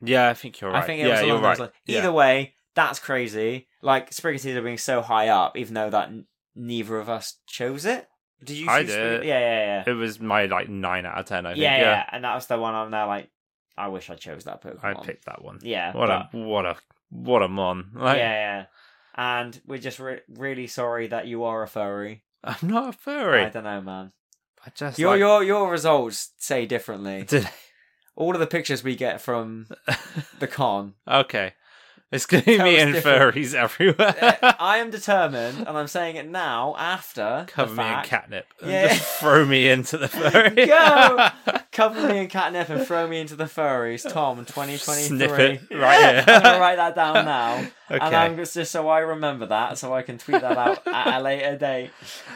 S1: yeah, I think you're right.
S2: I think it
S1: yeah,
S2: was
S1: you're
S2: along
S1: right.
S2: those lines.
S1: Yeah.
S2: Either way, that's crazy. Like Sprigatito being so high up, even though that n- neither of us chose it. Did you?
S1: I
S2: choose
S1: did.
S2: Sprig- Yeah, yeah, yeah.
S1: It was my like nine out of ten. I
S2: Yeah,
S1: think.
S2: yeah,
S1: Yeah,
S2: And that was the one I'm now like, I wish I chose that Pokemon.
S1: I picked that one.
S2: Yeah.
S1: What
S2: but-
S1: a what a what a mon. Like,
S2: yeah, yeah. And we're just re- really sorry that you are a furry.
S1: I'm not a
S2: I
S1: furry.
S2: don't know, man.
S1: I just
S2: Your
S1: like,
S2: your your results say differently.
S1: Did-
S2: all of the pictures we
S1: (laughs)
S2: get from the con.
S1: okay. It's gonna be
S2: Tell
S1: me
S2: us
S1: and
S2: different.
S1: furries everywhere.
S2: Uh, I am determined, and I'm saying it now after.
S1: Cover
S2: the
S1: me in
S2: fact,
S1: catnip and
S2: Yeah.
S1: just throw me into
S2: (laughs)
S1: the furry.
S2: Go! Cover me in catnip and throw me into the furries, Tom,
S1: (laughs)
S2: 2023.
S1: Snip it right here.
S2: (laughs) I'm going to write
S1: (laughs)
S2: that down now. And
S1: okay.
S2: I'm just, just so I remember that, so I can tweet that out at a later date.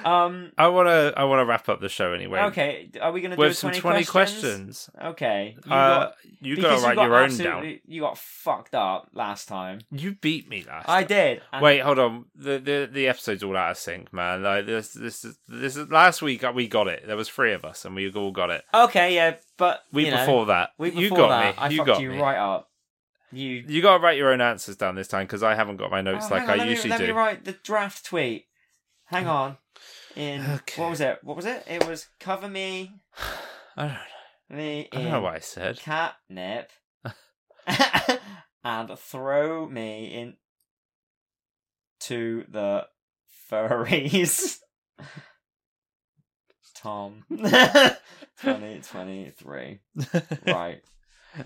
S2: Um,
S1: I wanna I wanna wrap up the show anyway.
S2: okay, are we going to do
S1: With
S2: 20
S1: some twenty questions.
S2: Okay. You
S1: Uh,
S2: got,
S1: you
S2: because
S1: gotta write your own down.
S2: absolutely- You got fucked up last time.
S1: You beat me last.
S2: I did. and-
S1: Wait, hold on. The, the the episode's all out of sync, man. Like this this is this is last week uh, we got it. There was three of us and we all got it.
S2: Okay, yeah, but.
S1: Week
S2: you know,
S1: before that,
S2: Week before
S1: you got
S2: that,
S1: me.
S2: I
S1: you
S2: fucked
S1: got
S2: you
S1: me.
S2: right up. You
S1: You gotta write your own answers down this time because I haven't got my
S2: Oh,
S1: notes
S2: hang
S1: like
S2: on,
S1: I
S2: let me-
S1: usually
S2: let
S1: do. Oh.
S2: me write the draft tweet. Hang on. In
S1: Okay.
S2: what was it? What was it? It was cover me
S1: (sighs) I don't,
S2: me
S1: I don't know
S2: in
S1: what I said. (laughs)
S2: catnip and throw me in to the furries. (laughs)
S1: (laughs)
S2: Tom, twenty twenty three. Right,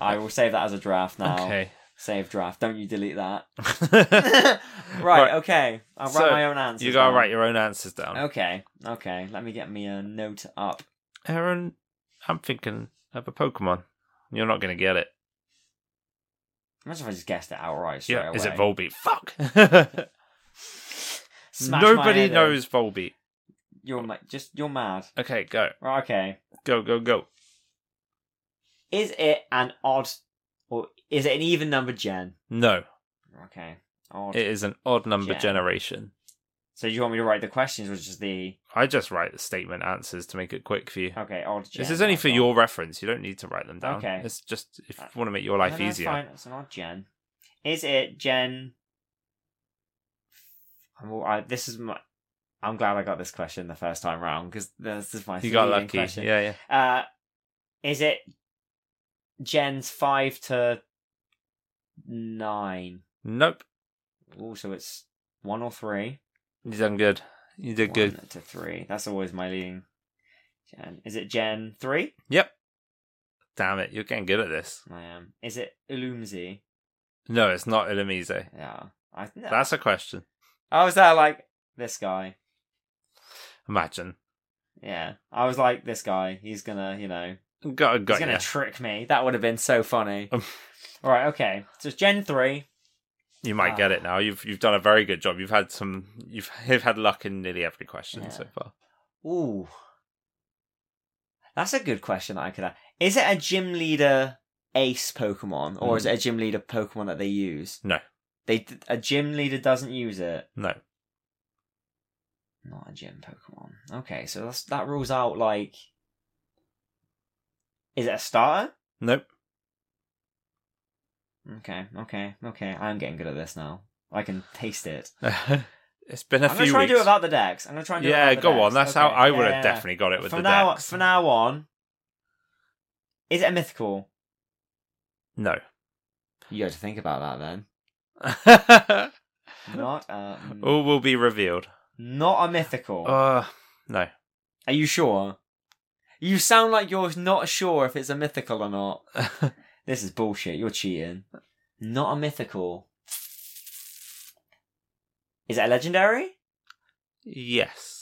S2: I will save that as a draft
S1: (laughs)
S2: now. (laughs)
S1: okay.
S2: Save draft. Don't you
S1: (laughs)
S2: delete that. (laughs)
S1: right,
S2: right, okay. I'll write
S1: So,
S2: my own answer.
S1: You gotta write your own answers down.
S2: Okay, okay. Let me get me a note up.
S1: Aaron, I'm thinking of a Pokemon. You're not gonna get it.
S2: Imagine if I just guessed it outright straight
S1: Yeah,
S2: away.
S1: is it Volbeat? Fuck. (laughs)
S2: Smash my
S1: Nobody
S2: head in.
S1: knows Volbeat.
S2: You're ma- just you're mad.
S1: Okay, go,
S2: Right, okay.
S1: go, go, go.
S2: Is it an odd or is it an even number gen?
S1: No,
S2: Okay. Odd.
S1: it is an odd number
S2: Gen.
S1: generation.
S2: so do you want me to write the questions, which is the
S1: I just write the statement answers to make it quick for you.
S2: okay odd gen?
S1: this is only
S2: I've
S1: for
S2: got.
S1: your reference. You don't need to write them down.
S2: Okay.
S1: It's just if you
S2: Uh,
S1: want to make your
S2: No,
S1: life
S2: no, it's
S1: easier.
S2: fine. It's an odd gen. Is it gen? I'm all, I, this is my. I'm glad I got this question the first time round because this is my.
S1: You got
S2: leading
S1: lucky.
S2: Question.
S1: Yeah, yeah.
S2: Uh, is it gens five to nine?
S1: Nope.
S2: Oh, so it's one or three.
S1: You done good. You did
S2: One
S1: good.
S2: to three. That's always my leading. Gen. Is it gen three?
S1: Yep. Damn it, you're getting good at this.
S2: I am. Is it Illumzi?
S1: No, it's not Illumise.
S2: Yeah. I. No.
S1: That's a question.
S2: I was there like this guy.
S1: Imagine.
S2: Yeah, I was like, this guy, he's gonna, you know,
S1: Got, got
S2: he's gonna
S1: ya.
S2: trick me. That would have been so funny.
S1: Um.
S2: All right, okay. So it's Gen three.
S1: You might
S2: Ah.
S1: get it now. You've you've done a very good job. You've had some. You've you've had luck in nearly every question
S2: Yeah.
S1: so far.
S2: Ooh, that's a good question. That I could. Ask. Is it a gym leader ace Pokemon, or is it a gym leader Pokemon that they use?
S1: Hmm. No.
S2: They a gym leader doesn't use it.
S1: No.
S2: Not a gym Pokemon. Okay, so that's that rules out like Is it a starter?
S1: Nope. (laughs)
S2: Okay, okay, okay. I'm getting good at this now. I can taste it.
S1: it's been a
S2: I'm
S1: few
S2: gonna try
S1: weeks.
S2: and do it without the decks. I'm gonna try and do it
S1: yeah,
S2: without the
S1: go on.
S2: decks.
S1: That's
S2: Okay,
S1: how I would
S2: yeah,
S1: have
S2: yeah.
S1: definitely got it with
S2: from
S1: the
S2: now
S1: decks.
S2: from now on. Is it a mythical?
S1: No.
S2: You had to think about that then. Hmm. Not a,
S1: (laughs) All will be revealed.
S2: not a mythical.
S1: Oh. Uh, no. (laughs)
S2: Are you sure? You sound like you're not sure if it's a mythical or not. This is bullshit. You're cheating. Not a mythical. Is it a legendary?
S1: yes.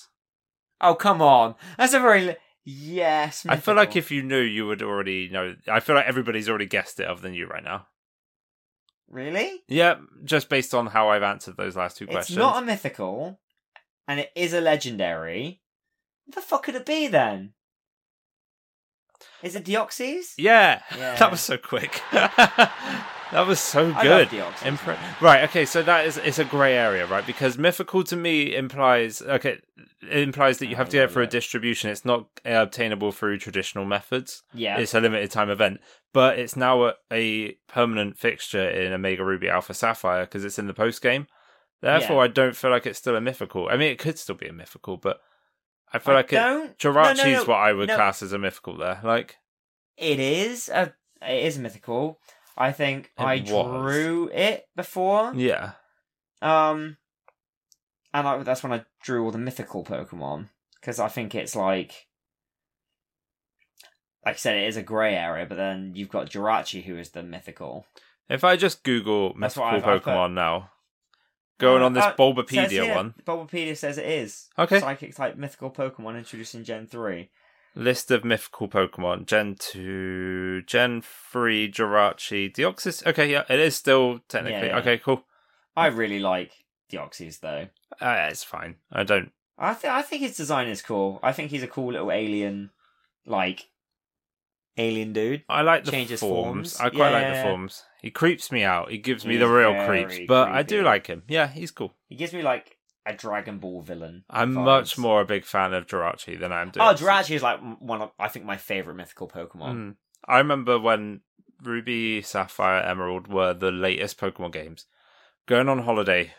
S2: Oh come on, that's a very le- yes.
S1: I feel
S2: mythical.
S1: like if you knew, you would already know. I feel like everybody's already guessed it other than you right now.
S2: really,
S1: Yeah, just based on how I've answered those last two
S2: it's
S1: questions.
S2: not a mythical, and it is a legendary. What the fuck could it be then? Is it Deoxys?
S1: Yeah. (laughs)
S2: Yeah.
S1: That was so quick. (laughs) that was so
S2: I love
S1: good.
S2: Deoxys.
S1: Impre- right, okay, so that is it's a grey area, right? Because mythical to me implies okay, it implies that you
S2: Oh,
S1: have to
S2: yeah,
S1: get it for a
S2: yeah.
S1: distribution. It's not uh, obtainable through traditional methods.
S2: Yeah.
S1: It's a limited time event, but it's now a, a permanent fixture in Omega Ruby Alpha Sapphire because it's in the post game. Therefore, I don't feel like it's still a mythical. I mean, it could still be a mythical, but I feel
S2: I
S1: like it.
S2: don't.
S1: Jirachi
S2: no, no,
S1: is what I would
S2: no.
S1: class as a mythical. There, like
S2: It is a. It is mythical. I think
S1: It
S2: I
S1: was.
S2: drew it before.
S1: yeah,
S2: Um, and I, that's when I drew all the mythical Pokemon because I think it's like, like I said, it is a grey area. But then you've got Jirachi, who is the mythical.
S1: If I just Google
S2: That's
S1: mythical
S2: what I've- I've put.
S1: Pokemon now, going
S2: Uh,
S1: on this
S2: uh, Says
S1: Bulbapedia
S2: here-
S1: one.
S2: Bulbapedia says it is
S1: Okay.
S2: psychic type mythical Pokemon introduced in Gen three.
S1: List of mythical Pokemon. Gen 2, Gen 3, Jirachi, Deoxys. Okay, yeah, it is still technically.
S2: Yeah, yeah.
S1: Okay, cool.
S2: I really like Deoxys though.
S1: Uh, it's fine. I don't.
S2: I think I think his design is cool. I think he's a cool little alien, like alien dude.
S1: I like the
S2: Changes
S1: forms.
S2: forms.
S1: I quite like the
S2: Yeah.
S1: forms. He creeps me out. He gives me
S2: He's
S1: the real
S2: very
S1: creeps, but I do
S2: creepy.
S1: like him. Yeah, he's cool.
S2: He gives me like a Dragon Ball villain.
S1: I'm
S2: vibes.
S1: much more a big fan of Jirachi than I am.
S2: Oh,
S1: Deoxys.
S2: Jirachi is like one of I think my favorite mythical Pokemon.
S1: Mm. I remember when Ruby, Sapphire, Emerald were the latest Pokemon games. Going on holiday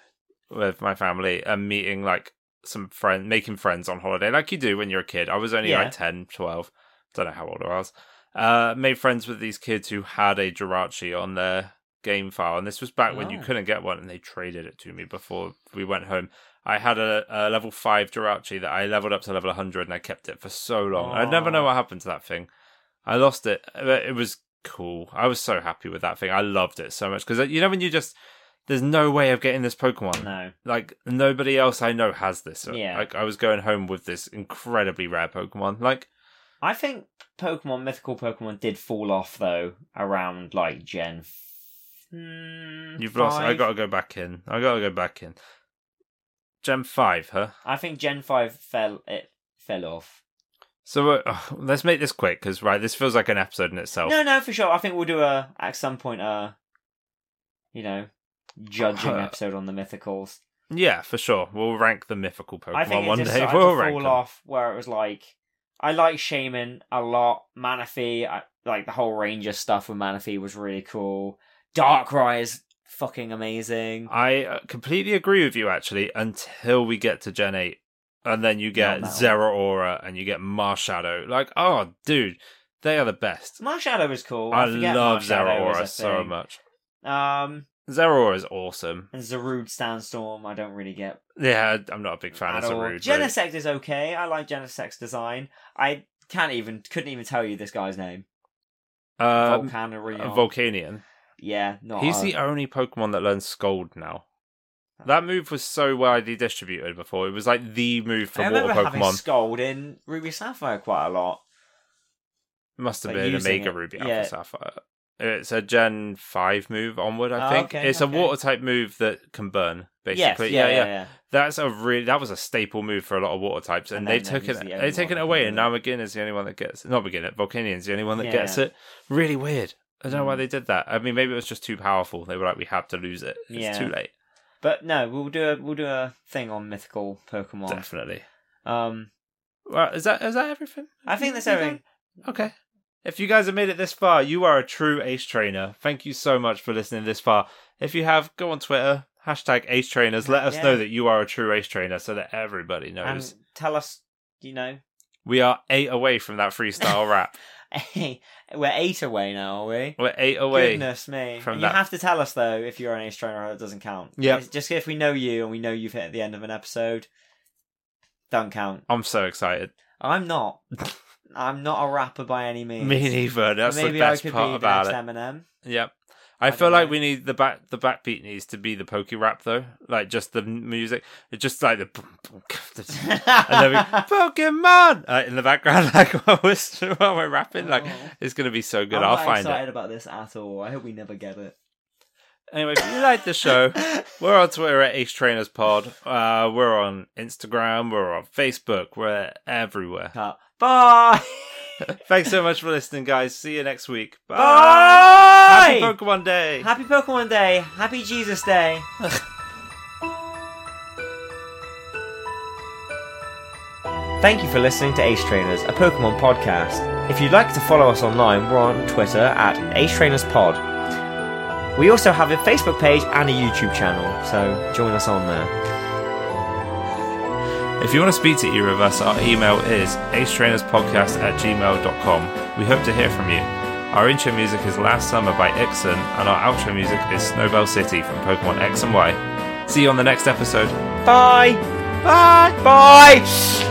S1: with my family and meeting like some friend, making friends on holiday, like you do when you're a kid. I was only
S2: Yeah.
S1: like 10, 12. Don't know how old I was. Uh, made friends with these kids who had a Jirachi on their game file, and this was back when you
S2: Oh.
S1: couldn't get one, and they traded it to me before we went home. I had a, a level five Jirachi that I leveled up to level 100, and I kept it for so long. I never know
S2: Aw.
S1: what happened to that thing. I lost it. but It was cool. I was so happy with that thing. I loved it so much because you know when you just there's no way of getting this Pokemon.
S2: No,
S1: Like nobody else I know has this. So,
S2: Yeah.
S1: Like I was going home with this incredibly rare Pokemon. Like
S2: I think Pokemon mythical Pokemon did fall off though around like Gen. f- mm,
S1: you've lost. I
S2: five.
S1: gotta go back in. I gotta go back in. Gen five, huh?
S2: I think Gen five fell. It fell off.
S1: So uh, (sighs) ugh, let's make this quick because right, this feels like an episode in itself.
S2: No, no, for sure. I think we'll do a at some point a, you know,
S1: (laughs)
S2: judging
S1: Uh,
S2: episode on the mythicals.
S1: Yeah, for sure. We'll rank the mythical Pokemon
S2: I think it
S1: one
S2: just
S1: day.
S2: started
S1: We'll
S2: to
S1: rank
S2: fall
S1: them.
S2: off where it was like I like Shaman a lot. Manaphy, I, like the whole Ranger stuff with Manaphy was really cool. Darkrai is fucking amazing.
S1: I uh, completely agree with you, actually, until we get to Gen 8. And then you get
S2: Not that
S1: Zeraora and you get Marshadow. Like, oh, dude, they are the best.
S2: Marshadow is cool.
S1: I,
S2: I, forget
S1: love
S2: Marshadow is a
S1: Zeraora so
S2: thing.
S1: much.
S2: Um,
S1: Zeraora is awesome.
S2: and Zarude Sandstorm, I don't really get
S1: Yeah, I'm not a big fan
S2: at
S1: of
S2: all.
S1: Zerud. really.
S2: Genesect is okay. I like Genesect's design. I can't even couldn't even tell you this guy's name.
S1: Um,
S2: Volcanarion.
S1: Volcanion.
S2: yeah, not
S1: He's
S2: a-
S1: the only Pokemon that learns Scold now. That move was so widely distributed before. It was like the move for
S2: I
S1: water
S2: remember having
S1: Pokemon.
S2: Scold in Ruby Sapphire quite a lot.
S1: Must have
S2: Like,
S1: been
S2: using
S1: Omega
S2: it.
S1: Ruby
S2: Yeah.
S1: Alpha Sapphire. It's a Gen Five move onward, I
S2: Oh,
S1: think.
S2: okay,
S1: it's
S2: okay.
S1: a water type move that can burn,
S2: Yes, yeah,
S1: basically.
S2: yeah, yeah.
S1: That's a really that was a staple move for a lot of water types, and,
S2: And
S1: they
S2: then
S1: took
S2: he's
S1: it.
S2: the only
S1: They
S2: one
S1: taken it
S2: that
S1: away,
S2: can
S1: and
S2: do
S1: uh, now McGinn is the only one that gets. Not McGinn, Volcanian's the only one that
S2: Yeah. Mm.
S1: gets it. Really weird. I don't know why they did that. I mean, maybe it was just too powerful. They were like, we have to lose it. It's
S2: Yeah.
S1: too late.
S2: But no, we'll do a we'll do a thing on mythical Pokemon.
S1: Definitely.
S2: Um,
S1: Well, is that is that everything?
S2: I think that's
S1: Yeah.
S2: everything.
S1: Okay. If you guys have made it this far, you are a true ace trainer. Thank you so much for listening this far. If you have, go on Twitter, hashtag ace trainers. Let us
S2: Yeah.
S1: know that you are a true ace trainer so that everybody knows.
S2: And tell us, you know, (laughs)
S1: we are eight away from that freestyle rap.
S2: we're eight away now, are we?
S1: We're eight away.
S2: Goodness me!
S1: from
S2: you
S1: that.
S2: have to tell us though if you're an ace trainer or that doesn't count.
S1: Yep.
S2: It's Just if we know you and we know you've hit the end of an episode, don't count.
S1: I'm so excited. (laughs)
S2: I'm not. I'm not a rapper by any means.
S1: Me neither. That's
S2: Maybe
S1: the best
S2: I could
S1: part
S2: be
S1: about
S2: the
S1: it.
S2: next Eminem.
S1: Yep. I,
S2: I
S1: feel
S2: don't
S1: like
S2: know.
S1: we need the back the backbeat needs to be the pokey rap though, like just the m- music, It's just (laughs) like the and then we
S2: (laughs)
S1: Pokemon uh, in the background, (laughs) like while we're, while we're rapping, like
S2: Oh.
S1: it's gonna be so good.
S2: I'm
S1: I'll
S2: not
S1: find
S2: excited about this at all. I hope we never get it.
S1: it. Anyway, if you like the show, we're on Twitter at Ace Trainers Pod. Uh, we're on Instagram. We're on Facebook. We're
S2: (laughs)
S1: everywhere.
S2: Cut. Bye. (laughs)
S1: Thanks so much for listening, guys. See you next week. Bye. Happy
S2: Bye.
S1: Pokemon Day.
S2: Happy Pokemon Day. Happy Jesus Day. Thank you for listening to Ace Trainers, a Pokemon podcast. If you'd like to follow us online, we're on Twitter at Ace Trainers Pod. We also have a Facebook page and a YouTube channel, so join us on there.
S1: If you want to speak to either of us, our email is acetrainerspodcast at gmail.com. We hope to hear from you. Our intro music is Last Summer by Ixon, and our outro music is Snowbell City from Pokemon X and Y. See you on the next episode.
S2: Bye. Bye. Bye.